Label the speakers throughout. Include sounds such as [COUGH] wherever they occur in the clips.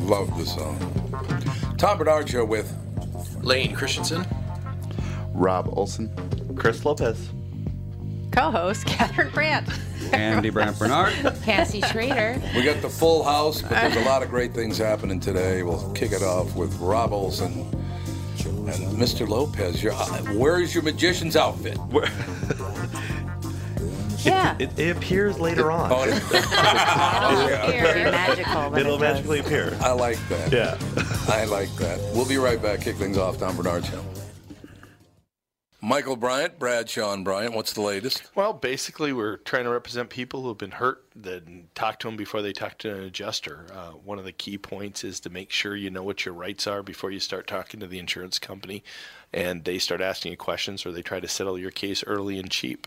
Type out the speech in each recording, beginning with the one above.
Speaker 1: Love the song. Tom Bernard Show with
Speaker 2: Lane Christensen.
Speaker 3: Rob Olson.
Speaker 4: Chris Lopez.
Speaker 5: Co-host [LAUGHS] Catherine Brandt.
Speaker 6: Andy Brandt Bernard.
Speaker 7: Cassie Schrader.
Speaker 1: We got the full house, but there's a lot of great things happening today. We'll kick it off with Rob Olson and Mr. Lopez. Your, uh, where is your magician's outfit?
Speaker 7: [LAUGHS]
Speaker 1: Where-
Speaker 5: Yeah.
Speaker 4: It, it appears later on. [LAUGHS]
Speaker 1: Oh,
Speaker 7: Very magical. when
Speaker 4: It'll
Speaker 7: it does.
Speaker 4: magically appear.
Speaker 1: I like that.
Speaker 4: Yeah.
Speaker 1: I like that. We'll be right back. Kick things off. Tom Bernard Show. Michael Bryant, Brad Sean Bryant. What's the latest?
Speaker 2: Well, basically, we're trying to represent people who've been hurt. Then talk to them before they talk to an adjuster. Uh, one of the key points is to make sure you know what your rights are before you start talking to the insurance company, and they start asking you questions or they try to settle your case early and cheap.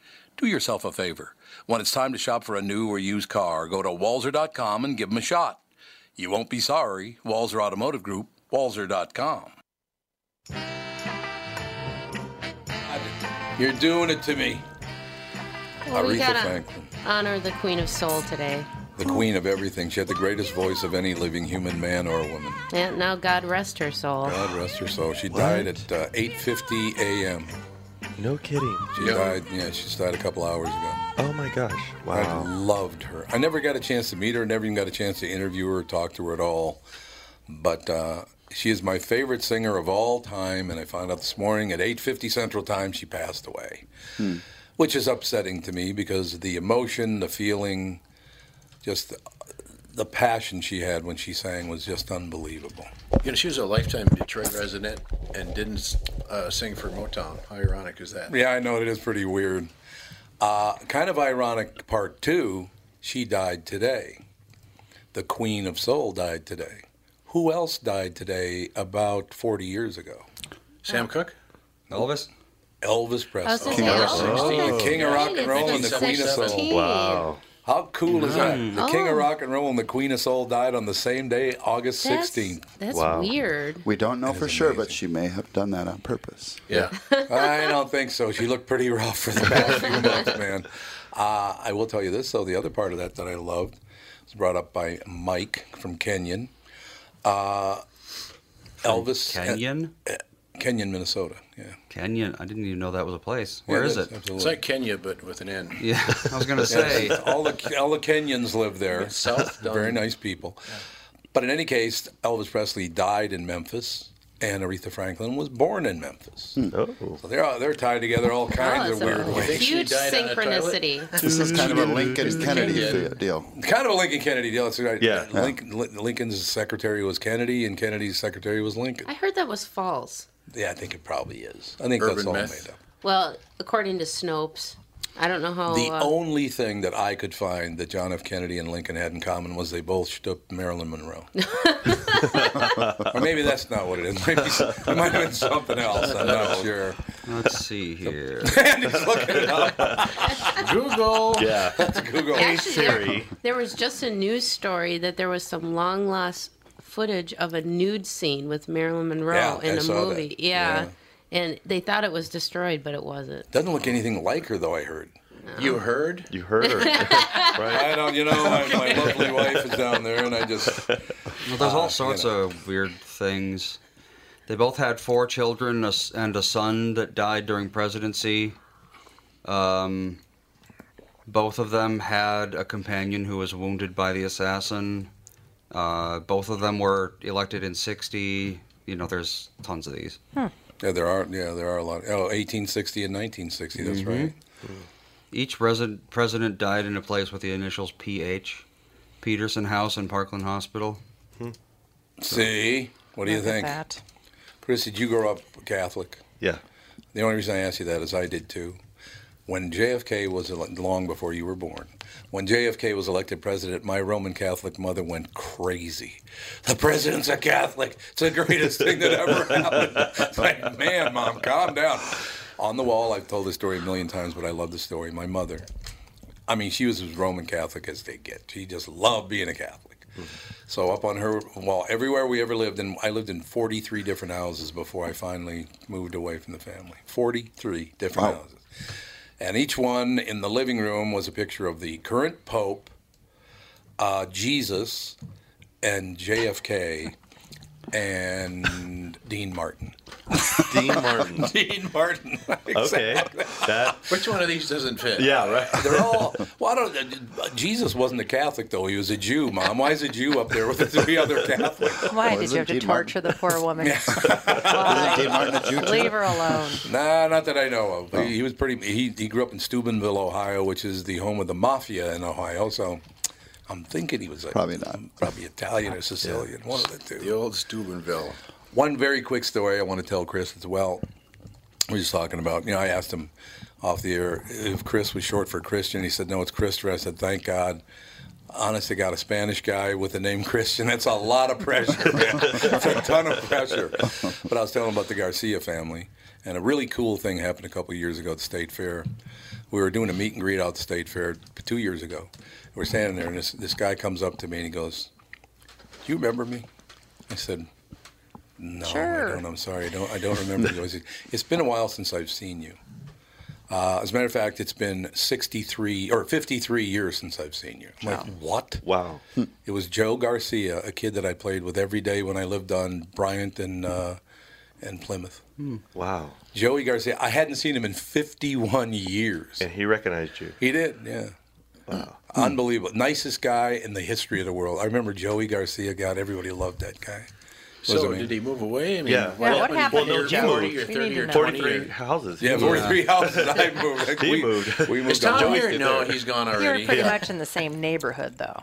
Speaker 1: Do yourself a favor. When it's time to shop for a new or used car, go to walzer.com and give them a shot. You won't be sorry. Walzer Automotive Group, walzer.com. You're doing it to me.
Speaker 7: Well, we
Speaker 1: Aretha
Speaker 7: gotta
Speaker 1: Franklin.
Speaker 7: honor the Queen of Soul today.
Speaker 1: The queen of everything. She had the greatest voice of any living human man or woman.
Speaker 7: And now God rest her soul.
Speaker 1: God rest her soul. She died at uh, 8.50 a.m.
Speaker 4: No kidding.
Speaker 1: She died, yeah, she just died a couple hours ago.
Speaker 4: Oh my gosh.
Speaker 1: I
Speaker 4: Wow.
Speaker 1: loved her. I never got a chance to meet her, never even got a chance to interview her, talk to her at all. But uh, she is my favorite singer of all time, and I found out this morning at 8:50 Central Time she passed away,
Speaker 3: Hmm.
Speaker 1: which is upsetting to me because the emotion, the feeling, just the, the passion she had when she sang was just unbelievable.
Speaker 8: You know, she was a lifetime Detroit resident and didn't uh, sing for Motown. How ironic is that?
Speaker 1: Yeah, I know it is pretty weird. Uh, kind of ironic. Part two, she died today. The Queen of Soul died today. Who else died today about 40 years ago?
Speaker 7: Oh.
Speaker 8: Sam Cooke?
Speaker 6: Elvis.
Speaker 1: Elvis
Speaker 7: I was
Speaker 1: Presley. Oh,
Speaker 7: gonna
Speaker 8: of
Speaker 7: say, Elvis
Speaker 8: Rock and Roll.
Speaker 7: was
Speaker 1: The King of Rock and Roll and the Queen of Soul.
Speaker 7: 16.
Speaker 4: Wow.
Speaker 1: How cool is that?
Speaker 7: Mm.
Speaker 1: The king of
Speaker 7: Oh.
Speaker 1: rock and roll and the queen of soul died on the same day, August
Speaker 7: That's-
Speaker 1: 16th.
Speaker 7: that's Wow. weird.
Speaker 3: We don't know for sure, but she may have done that on purpose.
Speaker 1: Yeah. I don't think so. She looked pretty rough for the past
Speaker 8: [LAUGHS]
Speaker 1: few months, man. Uh, I will tell you this, though. The other part of that that I loved was brought up by Mike from Kenyon. Uh, Elvis.
Speaker 6: Kenyon?
Speaker 1: uh, Kenyon, Minnesota. Yeah.
Speaker 6: Kenyon. I didn't even know that was a place.
Speaker 1: Yeah,
Speaker 6: Where is
Speaker 1: it is,
Speaker 6: it?
Speaker 1: absolutely.
Speaker 8: It's like Kenya, but with an N.
Speaker 6: Yeah, I was
Speaker 1: [LAUGHS]
Speaker 6: gonna
Speaker 1: Yes,
Speaker 6: say.
Speaker 1: all the all the Kenyans live there.
Speaker 8: South
Speaker 1: very nice people. But in any case, Elvis Presley died in Memphis, and Aretha Franklin was born in Memphis.
Speaker 3: Hmm.
Speaker 8: Oh.
Speaker 1: So they're all- they're tied together all kinds
Speaker 7: Oh,
Speaker 1: of
Speaker 7: it's a
Speaker 1: weird ways.
Speaker 7: huge
Speaker 8: died on a toilet?
Speaker 7: synchronicity.
Speaker 3: This is kind of a Lincoln Kennedy
Speaker 8: Kenyon.
Speaker 3: fe- deal.
Speaker 1: Kind of a Lincoln Kennedy deal. That's right.
Speaker 4: Yeah.
Speaker 1: Lincoln, Lin- Lincoln's secretary was Kennedy, and Kennedy's secretary was Lincoln.
Speaker 7: I heard that was false.
Speaker 1: Yeah, I think it probably is. I think that's
Speaker 8: Urban
Speaker 1: all
Speaker 8: myth.
Speaker 1: made up.
Speaker 7: Well, according to Snopes, I don't know how.
Speaker 1: The
Speaker 7: uh,
Speaker 1: only thing that I could find that John F. Kennedy and Lincoln had in common was they both stooped Marilyn Monroe. or maybe that's not what it is. Maybe [LAUGHS] it might have been something else.
Speaker 4: [LAUGHS]
Speaker 1: I'm not sure.
Speaker 6: Let's see here.
Speaker 1: And [LAUGHS] he's looking
Speaker 7: [LAUGHS]
Speaker 1: it up.
Speaker 8: Google.
Speaker 4: Yeah.
Speaker 1: It's Google.
Speaker 7: actually, there,
Speaker 4: Siri.
Speaker 7: [LAUGHS] there was just a news story that there was some long lost footage of a nude scene with Marilyn
Speaker 1: Yeah,
Speaker 7: Monroe
Speaker 1: I
Speaker 7: in a
Speaker 1: saw that.
Speaker 7: movie. Yeah.
Speaker 1: Yeah.
Speaker 7: And they thought it was destroyed, but it wasn't.
Speaker 1: Doesn't look anything like her, though. I heard.
Speaker 8: You heard?
Speaker 4: You
Speaker 1: [LAUGHS]
Speaker 4: heard her. right?
Speaker 1: I don't. [LAUGHS] You know, my, my lovely wife is down there, and I just. uh,
Speaker 6: Well, there's all
Speaker 1: you
Speaker 6: sorts
Speaker 1: know.
Speaker 6: of weird things. They both had four children a s- and a son that died during presidency. Um, both of them had a companion who was wounded by the assassin. Uh, both of them were elected in 60. You know, there's tons of these.
Speaker 1: Yeah, there are. Yeah, there are a lot. Oh, 1860 and 1960. That's right.
Speaker 6: Mm-hmm. Each president president died in a place with the initials PH. Peterson House and Parkland Hospital.
Speaker 1: See, what do you
Speaker 5: Look at
Speaker 1: think,
Speaker 5: that.
Speaker 1: Chris? Did you grow up Catholic?
Speaker 4: Yeah.
Speaker 1: The only reason I asked you that is I did too. When JFK was ele- long before you were born, when JFK was elected president, my Roman Catholic mother went crazy. The president's a Catholic. It's the greatest thing that ever [LAUGHS] happened. It's
Speaker 8: [LAUGHS]
Speaker 1: like, man, mom, calm down. On the wall, I've told this story a million times, but I love the story. My mother, I mean, she was as Roman Catholic as they get. She just loved being a Catholic.
Speaker 4: Mm-hmm.
Speaker 1: So up on her wall, everywhere we ever lived, and I lived in 43 different houses before I finally moved away from the family. 43 different
Speaker 3: Wow.
Speaker 1: houses. And each one in the living room was a picture of the current Pope, uh, Jesus, and JFK, and Dean Martin.
Speaker 4: Dean
Speaker 1: [LAUGHS]
Speaker 4: Martin.
Speaker 1: Dean Martin. [LAUGHS]
Speaker 4: Okay. That.
Speaker 8: Which one of these doesn't fit?
Speaker 4: Yeah, right.
Speaker 1: [LAUGHS] They're all. Well, I don't. uh, Jesus wasn't a Catholic though. He was a Jew, Mom. Why is a Jew up there with the
Speaker 3: [LAUGHS]
Speaker 1: three other Catholics?
Speaker 5: Why
Speaker 3: Well,
Speaker 5: did you have to
Speaker 3: isn't Dean
Speaker 5: torture the poor
Speaker 1: [LAUGHS]
Speaker 5: woman?
Speaker 3: Dean Martin a Jew
Speaker 5: Why?
Speaker 3: too? Oh.
Speaker 5: Leave her alone.
Speaker 1: Nah, not that I know of. He, he was pretty. He, he grew up in Steubenville, Ohio, which is the home of the mafia in Ohio. So I'm thinking he was a,
Speaker 3: Probably not.
Speaker 1: Um, probably Italian or Sicilian, one of the two.
Speaker 8: The old Steubenville.
Speaker 1: One very quick story I want to tell Chris as well. We were just talking about, you know, I asked him off the air if Chris was short for Christian. He said, no, it's Christopher. I said, thank God. Honest to God, a Spanish guy with the name Christian, that's a lot of pressure, man. That's a ton of pressure. But I was telling him about the Garcia family, and a really cool thing happened a couple of years ago at the State Fair. We were doing a meet and greet out at the State Fair two years ago. We're standing there, and this, this guy comes up to me and he goes, Do you remember me? I said, no,
Speaker 5: Sure.
Speaker 1: I don't. I'm sorry. I don't. I don't
Speaker 4: [LAUGHS]
Speaker 1: remember. you. It's been a while since I've seen you. Uh, as a matter of fact, it's been 63 or 53 years since I've seen you. I'm like, what?
Speaker 4: Wow.
Speaker 1: It was Joe Garcia, a kid that I played with every day when I lived on Bryant and uh, and Plymouth.
Speaker 4: Hmm. Wow.
Speaker 1: Joey Garcia. I hadn't seen him in 51 years.
Speaker 4: And he recognized you.
Speaker 1: He did, yeah. Wow. Unbelievable. Nicest guy in the history of the world. I remember Joey Garcia. God, everybody loved that guy. Was
Speaker 8: So
Speaker 1: amazing.
Speaker 8: did he move away? I mean,
Speaker 4: Yeah.
Speaker 5: Yeah, what happened
Speaker 8: Well,
Speaker 5: to
Speaker 8: no,
Speaker 5: Joe?
Speaker 8: 40 or
Speaker 5: We
Speaker 8: 30
Speaker 5: need to
Speaker 8: or
Speaker 5: know.
Speaker 8: 23.
Speaker 4: 43 houses.
Speaker 1: Yeah, 43 houses. I
Speaker 8: [LAUGHS]
Speaker 1: moved. Like,
Speaker 4: He
Speaker 1: we,
Speaker 4: moved.
Speaker 1: We moved
Speaker 8: Is Tom
Speaker 1: on. Joey's
Speaker 8: here?
Speaker 1: still
Speaker 8: No,
Speaker 1: there.
Speaker 8: he's gone
Speaker 5: You were
Speaker 8: already.
Speaker 5: pretty much in the same neighborhood, though.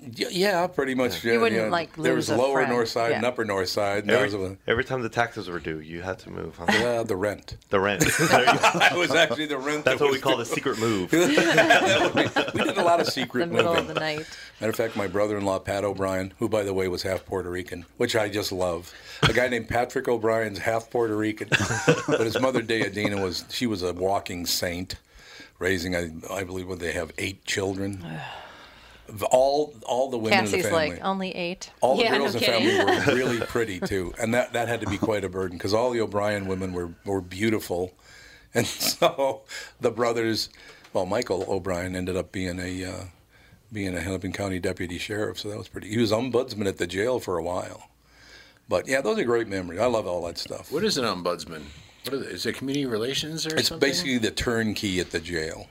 Speaker 1: Y- Yeah, pretty much.
Speaker 5: You
Speaker 1: yeah,
Speaker 5: wouldn't,
Speaker 1: yeah.
Speaker 5: like,
Speaker 1: There was
Speaker 5: lose a
Speaker 1: lower
Speaker 5: friend.
Speaker 1: north side and
Speaker 5: Yeah.
Speaker 1: upper north side. and that was
Speaker 4: Every, every time the taxes were due, you had to move.
Speaker 1: the-
Speaker 4: Huh?
Speaker 1: uh, the rent.
Speaker 4: the
Speaker 1: [LAUGHS]
Speaker 4: rent. There you go. [LAUGHS]
Speaker 1: That was actually the rent.
Speaker 4: That's
Speaker 1: that
Speaker 4: what we
Speaker 1: was
Speaker 4: call the secret move.
Speaker 1: [LAUGHS] That would be- we did a lot of secret
Speaker 5: the middle
Speaker 1: moving.
Speaker 5: of the night.
Speaker 1: Matter of fact, my brother-in-law Pat O'Brien, who by the way was half Puerto Rican, which I just love. A guy named Patrick O'Brien's half Puerto Rican, but his mother Deadina was she was a walking saint. raising, I, I believe, what they have
Speaker 5: [SIGHS]
Speaker 1: eight children. Of all all the women in
Speaker 5: Cassie's
Speaker 1: the family.
Speaker 5: like only eight.
Speaker 1: All the girls in the family
Speaker 5: [LAUGHS]
Speaker 1: were really pretty too, and that, that had to be quite a burden because all the O'Brien women were were beautiful, [LAUGHS] and so the brothers, well, Michael O'Brien ended up being a uh, being a Hennepin County deputy sheriff, so that was pretty. He was ombudsman at the jail for a while, but yeah, those are great memories. I love all that stuff.
Speaker 8: What is an ombudsman? What is it? Is it community relations or
Speaker 1: It's
Speaker 8: something?
Speaker 1: basically the turnkey at the jail.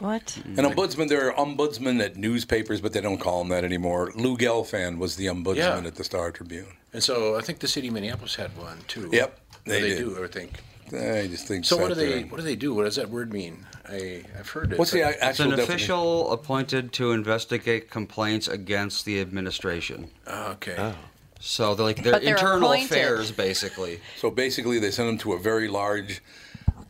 Speaker 5: What?
Speaker 1: An
Speaker 8: Mm.
Speaker 1: ombudsman, there are ombudsmen at newspapers, but they don't call them that anymore. Lou Gelfand was the ombudsman
Speaker 8: Yeah.
Speaker 1: at the Star Tribune.
Speaker 8: And so I think the city of Minneapolis had one too.
Speaker 1: Yep,
Speaker 8: They,
Speaker 1: they
Speaker 8: they
Speaker 1: did.
Speaker 8: do, I think.
Speaker 1: I just think
Speaker 8: So what do
Speaker 1: sat
Speaker 8: they?
Speaker 1: there and-
Speaker 8: What do they do? What does that word mean? I I've heard it. but-
Speaker 6: it's an official appointed to investigate complaints against the administration.
Speaker 8: okay.
Speaker 6: So they're like they're
Speaker 5: But they're
Speaker 6: internal
Speaker 5: appointed.
Speaker 6: affairs, basically.
Speaker 1: So basically, they sent him to a very large,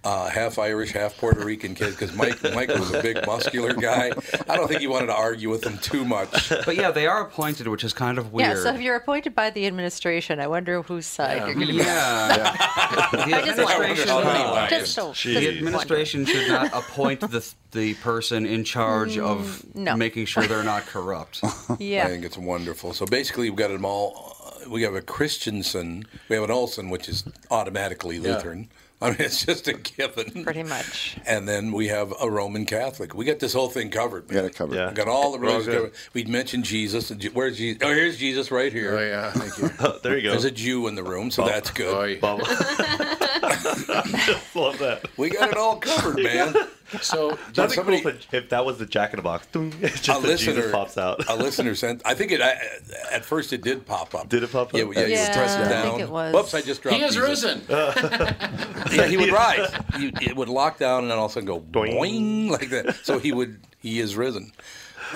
Speaker 1: uh, half Irish, half Puerto Rican kid because Mike Mike was a big muscular guy. I don't think he wanted to argue with him too much.
Speaker 6: But yeah, they are appointed, which is kind of weird.
Speaker 5: Yeah, so if you're appointed by the administration, I wonder whose side you're going to be [LAUGHS]
Speaker 6: Yeah. [LAUGHS] The
Speaker 5: I just wonder.
Speaker 6: administration,
Speaker 5: Oh, Just don't- just
Speaker 6: the administration should not appoint the, the person in charge of
Speaker 5: Mm, no.
Speaker 6: making sure they're not
Speaker 1: [LAUGHS]
Speaker 6: corrupt.
Speaker 5: Yeah.
Speaker 1: I think it's wonderful. So basically, we've got them all. uh, We have a Christensen, we have an Olson, which is automatically
Speaker 8: Yeah.
Speaker 1: Lutheran. I mean, it's just a given.
Speaker 5: Pretty much.
Speaker 1: And then we have a Roman Catholic. We got this whole thing covered. We got it covered.
Speaker 4: Yeah.
Speaker 1: We got all the
Speaker 4: We're all
Speaker 1: religions
Speaker 4: good.
Speaker 1: covered. We'd mentioned Jesus. and Je- Where's Jesus? Oh, here's Jesus right here.
Speaker 8: Oh yeah, thank you.
Speaker 4: [LAUGHS]
Speaker 8: Oh,
Speaker 4: there you go.
Speaker 1: There's a Jew in the room, so that's good.
Speaker 4: Bubba. Just love that.
Speaker 1: We got it
Speaker 4: [LAUGHS]
Speaker 1: all covered, man.
Speaker 8: So
Speaker 4: That'd be cool if, if that was the Jack in the Box. Dun, [LAUGHS] It's just that Jesus pops out.
Speaker 1: a listener sent. I think it. I, at first, it did pop up.
Speaker 4: Did it pop up?
Speaker 1: Yeah, yeah,
Speaker 5: Yeah,
Speaker 1: you press it
Speaker 5: I
Speaker 1: down.
Speaker 5: think it was.
Speaker 1: Whoops! I just dropped.
Speaker 8: He has
Speaker 1: Jesus.
Speaker 8: risen.
Speaker 4: [LAUGHS]
Speaker 8: [LAUGHS]
Speaker 1: Yeah, he would rise. You, it would lock down, and then all of a sudden go boing. like that. So he would. He is risen.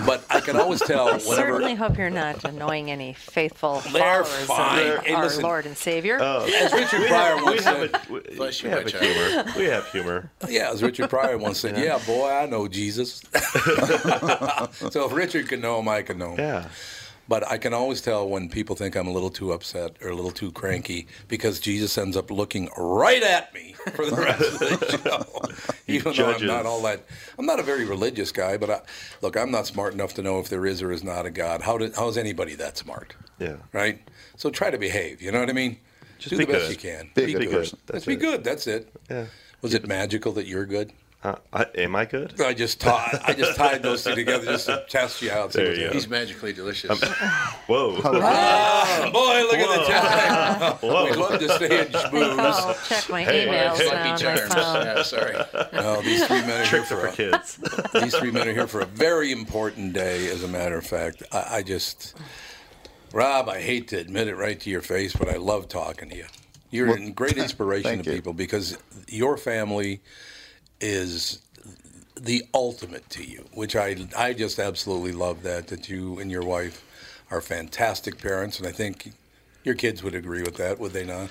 Speaker 1: But I can always tell
Speaker 5: I
Speaker 1: whenever.
Speaker 5: certainly hope you're not annoying any faithful
Speaker 1: They're
Speaker 5: followers
Speaker 1: fine.
Speaker 5: of
Speaker 1: Hey,
Speaker 5: our
Speaker 1: listen.
Speaker 5: Lord and Savior.
Speaker 1: As Richard Pryor
Speaker 4: we
Speaker 1: once
Speaker 4: have,
Speaker 1: said,
Speaker 9: [LAUGHS]
Speaker 4: a, we,
Speaker 8: Bless you,
Speaker 4: we have
Speaker 8: my
Speaker 4: a
Speaker 8: child. [LAUGHS]
Speaker 4: humor. We have humor.
Speaker 1: yeah, as Richard Pryor once said, yeah, boy, I
Speaker 4: [LAUGHS]
Speaker 1: know Jesus. so if Richard can know him, I can know him.
Speaker 4: Yeah.
Speaker 1: But I can always tell when people think I'm a little too upset or a little too cranky because Jesus ends up looking right at me for the rest
Speaker 4: [LAUGHS]
Speaker 1: of the show. Even though I'm
Speaker 4: judges.
Speaker 1: not all that, I'm not a very religious guy, but I, look, I'm not smart enough to know if there is or is not a God. How, did, how is anybody that smart?
Speaker 4: Yeah.
Speaker 1: Right? So try to behave. You know what I mean?
Speaker 4: Just
Speaker 1: Do
Speaker 4: be
Speaker 1: the best
Speaker 4: good.
Speaker 1: you can.
Speaker 3: Be a good person.
Speaker 1: Just
Speaker 4: That's
Speaker 1: be
Speaker 4: it.
Speaker 1: good. That's it.
Speaker 4: Yeah.
Speaker 1: Was it magical that you're good?
Speaker 4: Uh, I, am I good?
Speaker 1: I just tied. I just tied those two together just to test you out.
Speaker 4: There you go.
Speaker 8: He's magically delicious.
Speaker 4: [LAUGHS] Whoa.
Speaker 1: Oh, boy, look at the time. We
Speaker 4: Whoa.
Speaker 1: love to stay in schmooze.
Speaker 5: Oh, check my
Speaker 4: Hey,
Speaker 5: emails
Speaker 4: hey,
Speaker 5: now on
Speaker 8: Lucky
Speaker 5: [LAUGHS] my
Speaker 8: charms.
Speaker 5: phone.
Speaker 8: Yeah,
Speaker 4: [LAUGHS]
Speaker 8: sorry.
Speaker 1: No, these three men are here
Speaker 4: Tricks
Speaker 1: for
Speaker 4: for
Speaker 1: a,
Speaker 4: kids.
Speaker 1: [LAUGHS] these three men are here for a very important day. As a matter of fact, I, I just, Rob, I hate to admit it right to your face, but I love talking to you. You're a
Speaker 3: [LAUGHS]
Speaker 1: great inspiration
Speaker 3: thank
Speaker 1: to
Speaker 3: you.
Speaker 1: people because your family is the ultimate to you, which I I just absolutely love that that you and your wife are fantastic parents, and I think your kids would agree with that, would they not?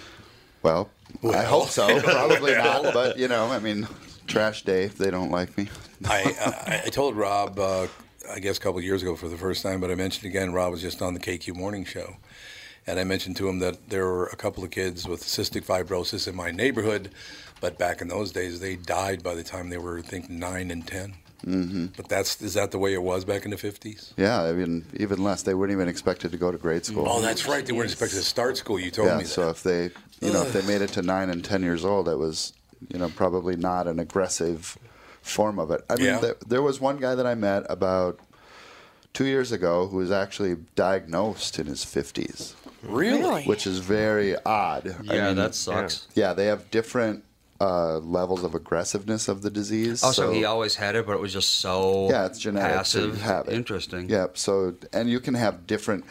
Speaker 3: Well, I hope
Speaker 1: [LAUGHS]
Speaker 3: so. Probably not, but you know, I mean, trash day if they don't like me.
Speaker 1: I, I, I told Rob, uh, I guess a couple of years ago for the first time, but I mentioned again, Rob was just on the KQ Morning Show. And I mentioned to him that there were a couple of kids with cystic fibrosis in my neighborhood, but back in those days, they died by the time they were, I think, nine and 10. Mm-hmm. But that's is that the way it was back in the 50s?
Speaker 3: Yeah, I mean, even less. They weren't even expected to go to grade school.
Speaker 1: Oh, that's right. They weren't expected to start school. You told
Speaker 3: yeah.
Speaker 1: me that.
Speaker 3: So if they, you know, if they made it to nine and ten years old, it was, you know, probably not an aggressive form of it. I mean,
Speaker 1: Yeah.
Speaker 3: there, there was one guy that I met about two years ago who was actually diagnosed in his fifties,
Speaker 1: really?
Speaker 3: which is very odd. I
Speaker 6: yeah,
Speaker 3: mean,
Speaker 6: that sucks.
Speaker 3: yeah. They have different uh, levels of aggressiveness of the disease.
Speaker 6: Also,
Speaker 3: so-
Speaker 6: he always had it, but it was just so
Speaker 3: yeah, it's genetic. so you
Speaker 6: passive.
Speaker 3: have it.
Speaker 6: Interesting.
Speaker 3: Yep. So, and you can have different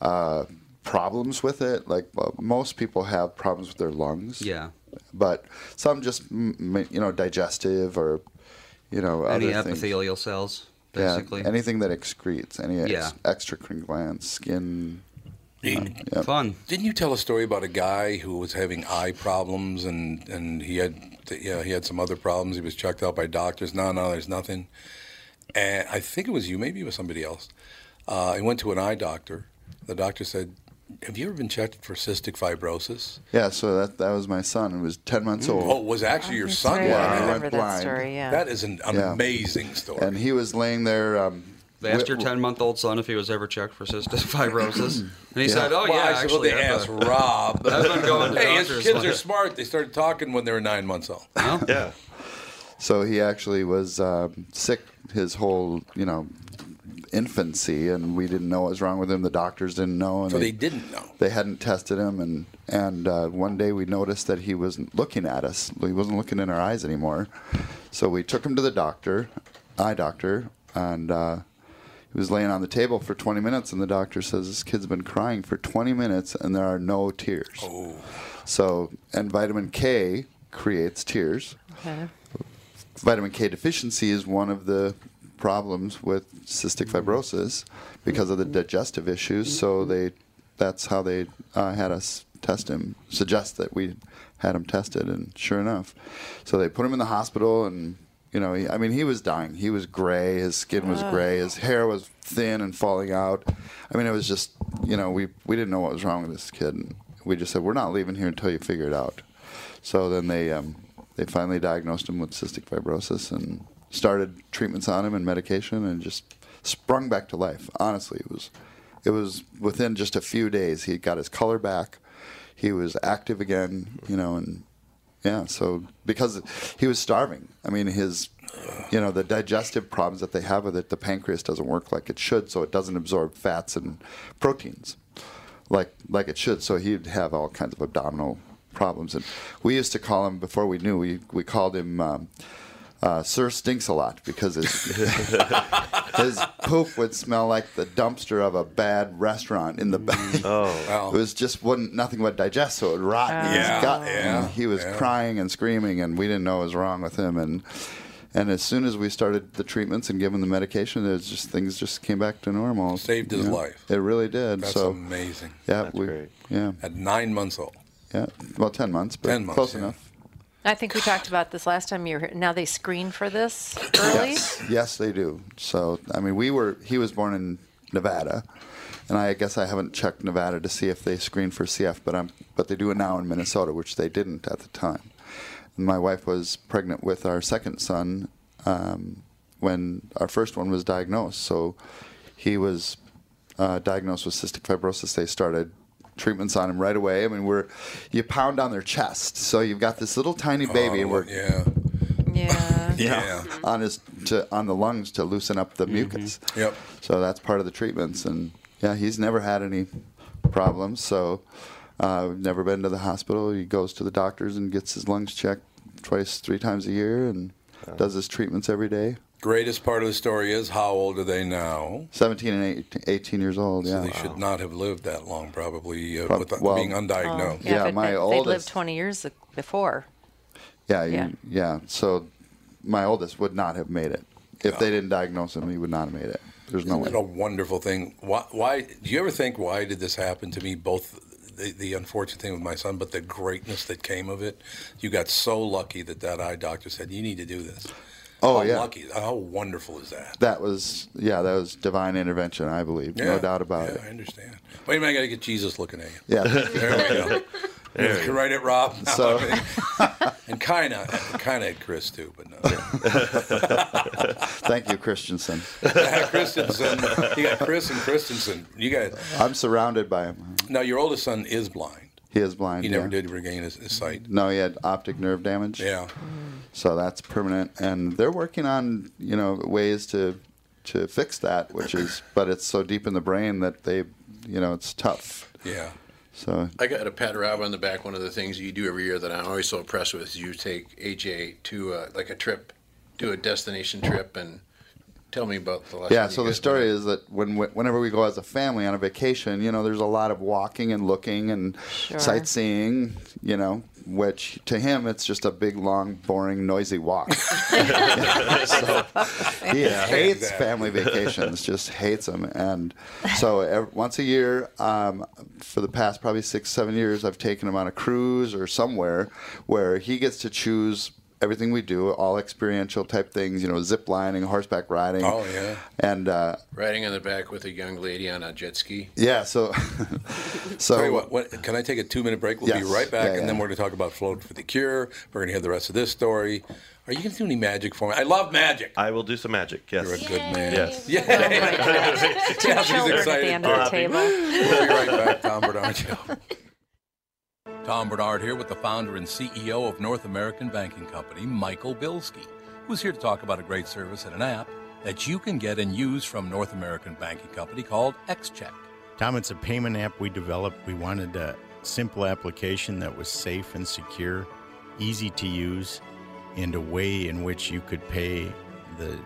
Speaker 3: uh, problems with it. Like well, most people have problems with their lungs.
Speaker 6: Yeah.
Speaker 3: But some just, mm, mm, you know, digestive or, you know,
Speaker 6: Any
Speaker 3: other things.
Speaker 6: epithelial cells,
Speaker 3: Yeah,
Speaker 6: basically.
Speaker 3: anything that excretes, any ex-
Speaker 6: Yeah.
Speaker 3: extracrine glands, skin. Yeah.
Speaker 6: Fun.
Speaker 1: Didn't you tell a story about a guy who was having eye problems and, and he had yeah he had some other problems. He was checked out by doctors. No, no, there's nothing. And I think it was you, maybe it was somebody else. Uh, I went to an eye doctor. The doctor said, Have you ever been checked for cystic fibrosis?
Speaker 3: Yeah, so that that was my son. He was ten months old.
Speaker 1: Oh, it was actually your son.
Speaker 3: Yeah,
Speaker 1: wasn't
Speaker 3: he
Speaker 1: it?
Speaker 3: went blind.
Speaker 1: That is an, an
Speaker 3: Yeah.
Speaker 1: amazing story.
Speaker 3: And he was laying there. Um,
Speaker 6: They asked
Speaker 3: wi-
Speaker 6: your 10 month old son if he was ever checked for cystic [LAUGHS] fibrosis. And he said, Oh,
Speaker 1: Well,
Speaker 6: yeah,
Speaker 1: I said, well,
Speaker 6: actually.
Speaker 1: they
Speaker 6: I've,
Speaker 1: asked
Speaker 6: uh, [LAUGHS]
Speaker 1: Rob.
Speaker 6: I've been going to
Speaker 1: hey, his
Speaker 6: doctors.
Speaker 1: kids
Speaker 6: like-
Speaker 1: are smart. They started talking when they were nine months old.
Speaker 3: Yeah. So he actually was um, sick his whole, you know, infancy, and we didn't know what was wrong with him. The doctors didn't know, and
Speaker 1: So they didn't know.
Speaker 3: They hadn't tested him, and and uh, one day we noticed that he wasn't looking at us. He wasn't looking in our eyes anymore. So we took him to the doctor, eye doctor, and. Uh, he was laying on the table for 20 minutes, and the doctor says this kid's been crying for 20 minutes, and there are no tears. Oh. So, and vitamin K creates tears
Speaker 5: Okay.
Speaker 3: vitamin K deficiency is one of the problems with cystic fibrosis because of the digestive issues. So they, that's how they uh, had us test him, suggest that we had him tested, and sure enough, so they put him in the hospital and. You know, he, I mean, he was dying. He was gray. His skin was
Speaker 9: Ugh.
Speaker 3: gray. His hair was thin and falling out. I mean, it was just, you know, we, we didn't know what was wrong with this kid. And we just said, we're not leaving here until you figure it out. So then they um, they finally diagnosed him with cystic fibrosis and started treatments on him and medication and just sprung back to life. Honestly, it was it was within just a few days he got his color back. He was active again, you know, and yeah, so because he was starving. I mean, his you know, the digestive problems that they have with it, the pancreas doesn't work like it should, so it doesn't absorb fats and proteins like like it should. So he'd have all kinds of abdominal problems, and we used to call him before we knew we we called him um, uh, Sir Stinks a lot because his [LAUGHS] his poop would smell like the dumpster of a bad restaurant in the back. Oh, it was just wouldn't nothing but digest, so it would rot in
Speaker 1: Yeah,
Speaker 3: his gut.
Speaker 1: yeah,
Speaker 3: And he was
Speaker 1: yeah.
Speaker 3: crying and screaming, and we didn't know what was wrong with him, and. And as soon as we started the treatments and giving the medication, it was just things just came back to normal.
Speaker 1: Saved his life.
Speaker 3: It really did.
Speaker 1: That's
Speaker 3: so
Speaker 1: amazing.
Speaker 3: Yeah, we, yeah.
Speaker 1: At nine months old.
Speaker 3: Yeah, well, ten months, but
Speaker 1: 10 months,
Speaker 3: close
Speaker 1: yeah.
Speaker 3: enough.
Speaker 5: I think we talked about this last time you were here. Now they screen for this early.
Speaker 3: Yes, they do. So, I mean, we were. He was born in Nevada, and I guess I haven't checked Nevada to see if they screen for CF, but I'm. But they do it now in Minnesota, which they didn't at the time. And my wife was pregnant with our second son um, when our first one was diagnosed. So, he was uh, diagnosed with cystic fibrosis. They started treatments on him right away. I mean, we're you pound on their chest, so you've got this little tiny baby, and we're
Speaker 1: yeah.
Speaker 5: [LAUGHS] Yeah.
Speaker 3: yeah. on his to on the lungs to loosen up the mucus.
Speaker 1: Yep.
Speaker 3: So that's part of the treatments, and yeah, he's never had any problems. So uh, we've never been to the hospital. He goes to the doctors and gets his lungs checked twice, three times a year, and does his treatments every day.
Speaker 1: Greatest part of the story is how old are they now?
Speaker 3: 17 and 18, 18 years old.
Speaker 1: So
Speaker 3: Yeah.
Speaker 1: they should not have lived that long, probably, uh,
Speaker 3: Prob-
Speaker 1: without
Speaker 3: well,
Speaker 1: being undiagnosed.
Speaker 3: Yeah,
Speaker 5: but
Speaker 3: my
Speaker 5: they, They'd lived
Speaker 3: oldest-
Speaker 5: 20 years before.
Speaker 3: Yeah, you-
Speaker 5: Yeah.
Speaker 3: yeah, So my oldest would not have made it if they didn't diagnose him. He would not have made it. There's no
Speaker 1: Isn't
Speaker 3: way.
Speaker 1: that a wonderful thing? Why, why? Do you ever think why did this happen to me? Both the, the unfortunate thing with my son, but the greatness that came of it. You got so lucky that that eye doctor said you need to do this.
Speaker 3: Oh,
Speaker 1: how
Speaker 3: yeah.
Speaker 1: lucky! How wonderful is that?
Speaker 3: That was yeah, that was divine intervention. I believe,
Speaker 1: Yeah.
Speaker 3: no doubt about
Speaker 1: Yeah,
Speaker 3: it.
Speaker 1: I understand. Wait a minute, I got to get Jesus looking at you.
Speaker 3: Yeah.
Speaker 1: there we go.
Speaker 3: [LAUGHS] There
Speaker 1: you
Speaker 3: you
Speaker 1: can write it, Rob.
Speaker 3: So-
Speaker 1: [LAUGHS] and kind of, kind of Chris too, but no.
Speaker 3: [LAUGHS] Thank you, Christensen.
Speaker 1: [LAUGHS] Christensen, you got Chris and Christensen. You got
Speaker 3: I'm surrounded by him.
Speaker 1: now. Your oldest son is blind.
Speaker 3: He is blind.
Speaker 1: He never
Speaker 3: yeah.
Speaker 1: did regain his, his sight.
Speaker 3: No, he had optic nerve damage.
Speaker 1: Yeah.
Speaker 3: So that's permanent, and they're working on you know ways to to fix that, which is but it's so deep in the brain that they you know it's tough.
Speaker 1: Yeah.
Speaker 3: So
Speaker 8: I got to pat Rob on the back. One of the things you do every year that I'm always so impressed with is you take AJ to uh, like a trip, do a destination trip, and tell me about the last.
Speaker 3: yeah
Speaker 8: time you
Speaker 3: so the
Speaker 8: guys
Speaker 3: story is that when whenever we go as a family on a vacation you know there's a lot of walking and looking and
Speaker 8: Sure.
Speaker 3: sightseeing you know which to him it's just a big long boring noisy walk So, he
Speaker 9: Yeah.
Speaker 3: hates
Speaker 9: Exactly.
Speaker 3: family vacations just hates them and so ev once a year um, for the past probably six seven years i've taken him on a cruise or somewhere where he gets to choose everything we do, all experiential type things, you know, zip lining, horseback riding.
Speaker 1: Oh, yeah.
Speaker 3: And uh,
Speaker 1: Riding on the back with a young lady on a jet ski.
Speaker 3: yeah, so [LAUGHS] so
Speaker 1: Tell you what, what- can I take a two minute break? We'll be
Speaker 3: Yes.
Speaker 1: right back,
Speaker 3: Yeah,
Speaker 1: and
Speaker 3: yeah.
Speaker 1: then we're going to talk about Float for the Cure. We're going to hear the rest of this story. Are you going to do any magic for me? I love magic.
Speaker 4: I will do some magic. Yes.
Speaker 1: You're a good man.
Speaker 4: Yes.
Speaker 1: Yay.
Speaker 5: Oh
Speaker 1: [LAUGHS]
Speaker 5: Two children at the end of the table.
Speaker 1: We'll be right back, Tom Bernard Show. Tom Bernard here with the founder and CEO of North American Banking Company, Michael Bilski, who's here to talk about a great service and an app that you can get and use from North American Banking Company called XCheck.
Speaker 9: [LAUGHS] Tom, it's a payment app we developed. We wanted a simple application that was safe and secure, easy to use, and a way in which you could pay the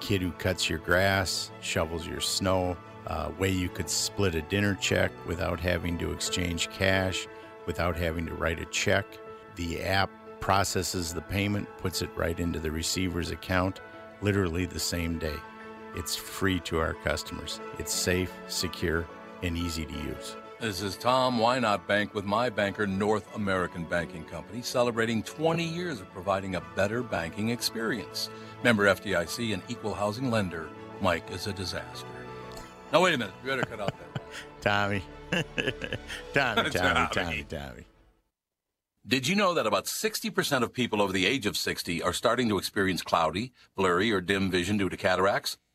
Speaker 9: kid who cuts your grass, shovels your snow, a way you could split a dinner check without having to exchange cash, without having to write a check. The app processes the payment, puts it right into the receiver's account literally the same day. It's free to our customers. It's safe, secure, and easy to use.
Speaker 1: This is Tom. Why not bank with my banker, North American Banking Company, celebrating 20 years of providing a better banking experience. Member FDIC and equal housing lender, Mike is a disaster. Now, wait a minute. You better cut out that.
Speaker 9: Tommy. [LAUGHS] Tommy, Tommy,
Speaker 1: Tommy.
Speaker 9: Tommy, Tommy, Tommy.
Speaker 1: Did you know that about 60% of people over the age of 60 are starting to experience cloudy, blurry, or dim vision due to cataracts?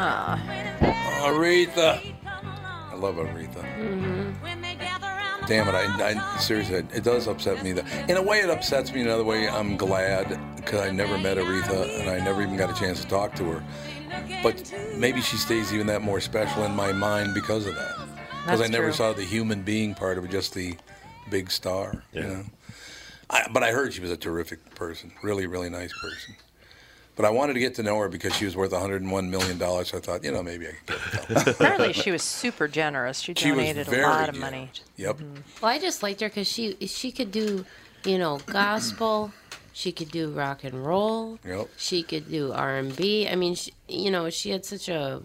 Speaker 5: Ah.
Speaker 1: Aretha. I love Aretha.
Speaker 10: Hmm.
Speaker 1: Damn it! I, I seriously, it does upset me. That in a way, it upsets me. Another way, I'm glad because I never met Aretha and I never even got a chance to talk to her. But maybe she stays even that more special in my mind because of that. Because I
Speaker 11: That's
Speaker 1: never
Speaker 11: true.
Speaker 1: saw the human being part of it, just the big star. You know? I, but I heard she was a terrific person, really, really nice person. But I wanted to get to know her because she was worth 101 million dollars. So I thought, you know, maybe I could get to know her. [LAUGHS]
Speaker 5: Apparently, she was super generous. She
Speaker 1: She was
Speaker 5: donated
Speaker 1: very
Speaker 5: a lot of
Speaker 1: generous.
Speaker 5: money.
Speaker 1: Yep.
Speaker 7: Well, I just liked her because she she could do, you know, [CLEARS THROAT] gospel. She could do rock and roll.
Speaker 1: Yep.
Speaker 7: She could do R and B. I mean, she, you know, she had such a.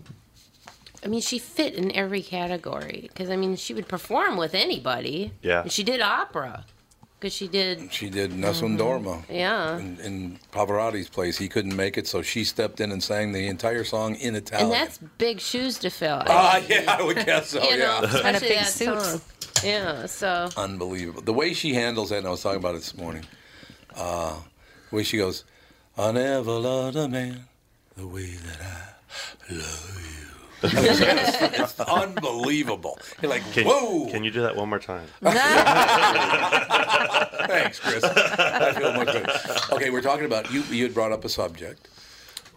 Speaker 7: I mean, she fit in every category because I mean, she would perform with anybody.
Speaker 1: Yeah.
Speaker 7: And she did opera because she did.
Speaker 1: She did Nessun Dorma
Speaker 7: Yeah.
Speaker 1: in, in Pavarotti's place. He couldn't make it, so she stepped in and sang the entire song in Italian.
Speaker 7: and that's big shoes to fill.
Speaker 1: [LAUGHS] Ah, yeah, I would guess so,
Speaker 7: You know,
Speaker 1: yeah. And a
Speaker 7: especially
Speaker 1: big
Speaker 7: that
Speaker 1: suit.
Speaker 7: song. Yeah.
Speaker 1: [LAUGHS]
Speaker 7: So.
Speaker 1: unbelievable. The way she handles that, and I was talking about it this morning. Uh, the way she goes, I never loved a man the way that I love you. [LAUGHS] it's unbelievable. You're like,
Speaker 4: Can,
Speaker 1: whoa.
Speaker 4: Can you do that one
Speaker 5: [LAUGHS]
Speaker 4: more time?
Speaker 1: [LAUGHS] Thanks, Chris. I feel much better. Okay, we're talking about you. You had brought up a subject.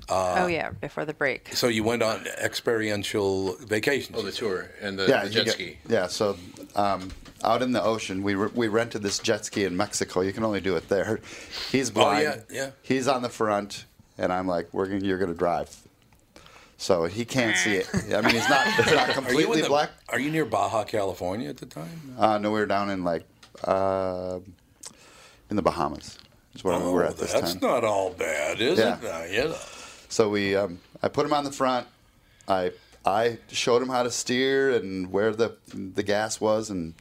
Speaker 1: Uh,
Speaker 5: oh yeah, before the break.
Speaker 1: So you went on experiential vacation. Oh, the tour and
Speaker 3: you get- yeah, so um, out in the ocean, we, re- we rented this jet ski in Mexico. You can only do it there. He's blind.
Speaker 1: Oh yeah, yeah.
Speaker 3: He's on the front, and I'm like, "We're gonna, you're gonna drive." So he can't see
Speaker 1: [LAUGHS]
Speaker 3: it. I mean, he's not, he's not
Speaker 1: Are you in
Speaker 3: completely
Speaker 1: the-
Speaker 3: black.
Speaker 1: Are you near Baja California at the time?
Speaker 3: Uh, no, we were down in like uh, in the Bahamas. Is where we were at this
Speaker 1: Oh, That's
Speaker 3: time.
Speaker 1: not all bad, is
Speaker 3: Yeah.
Speaker 1: it? Now, you know.
Speaker 3: So we, um, I put him on the front. I I showed him how to steer and where the the gas was and.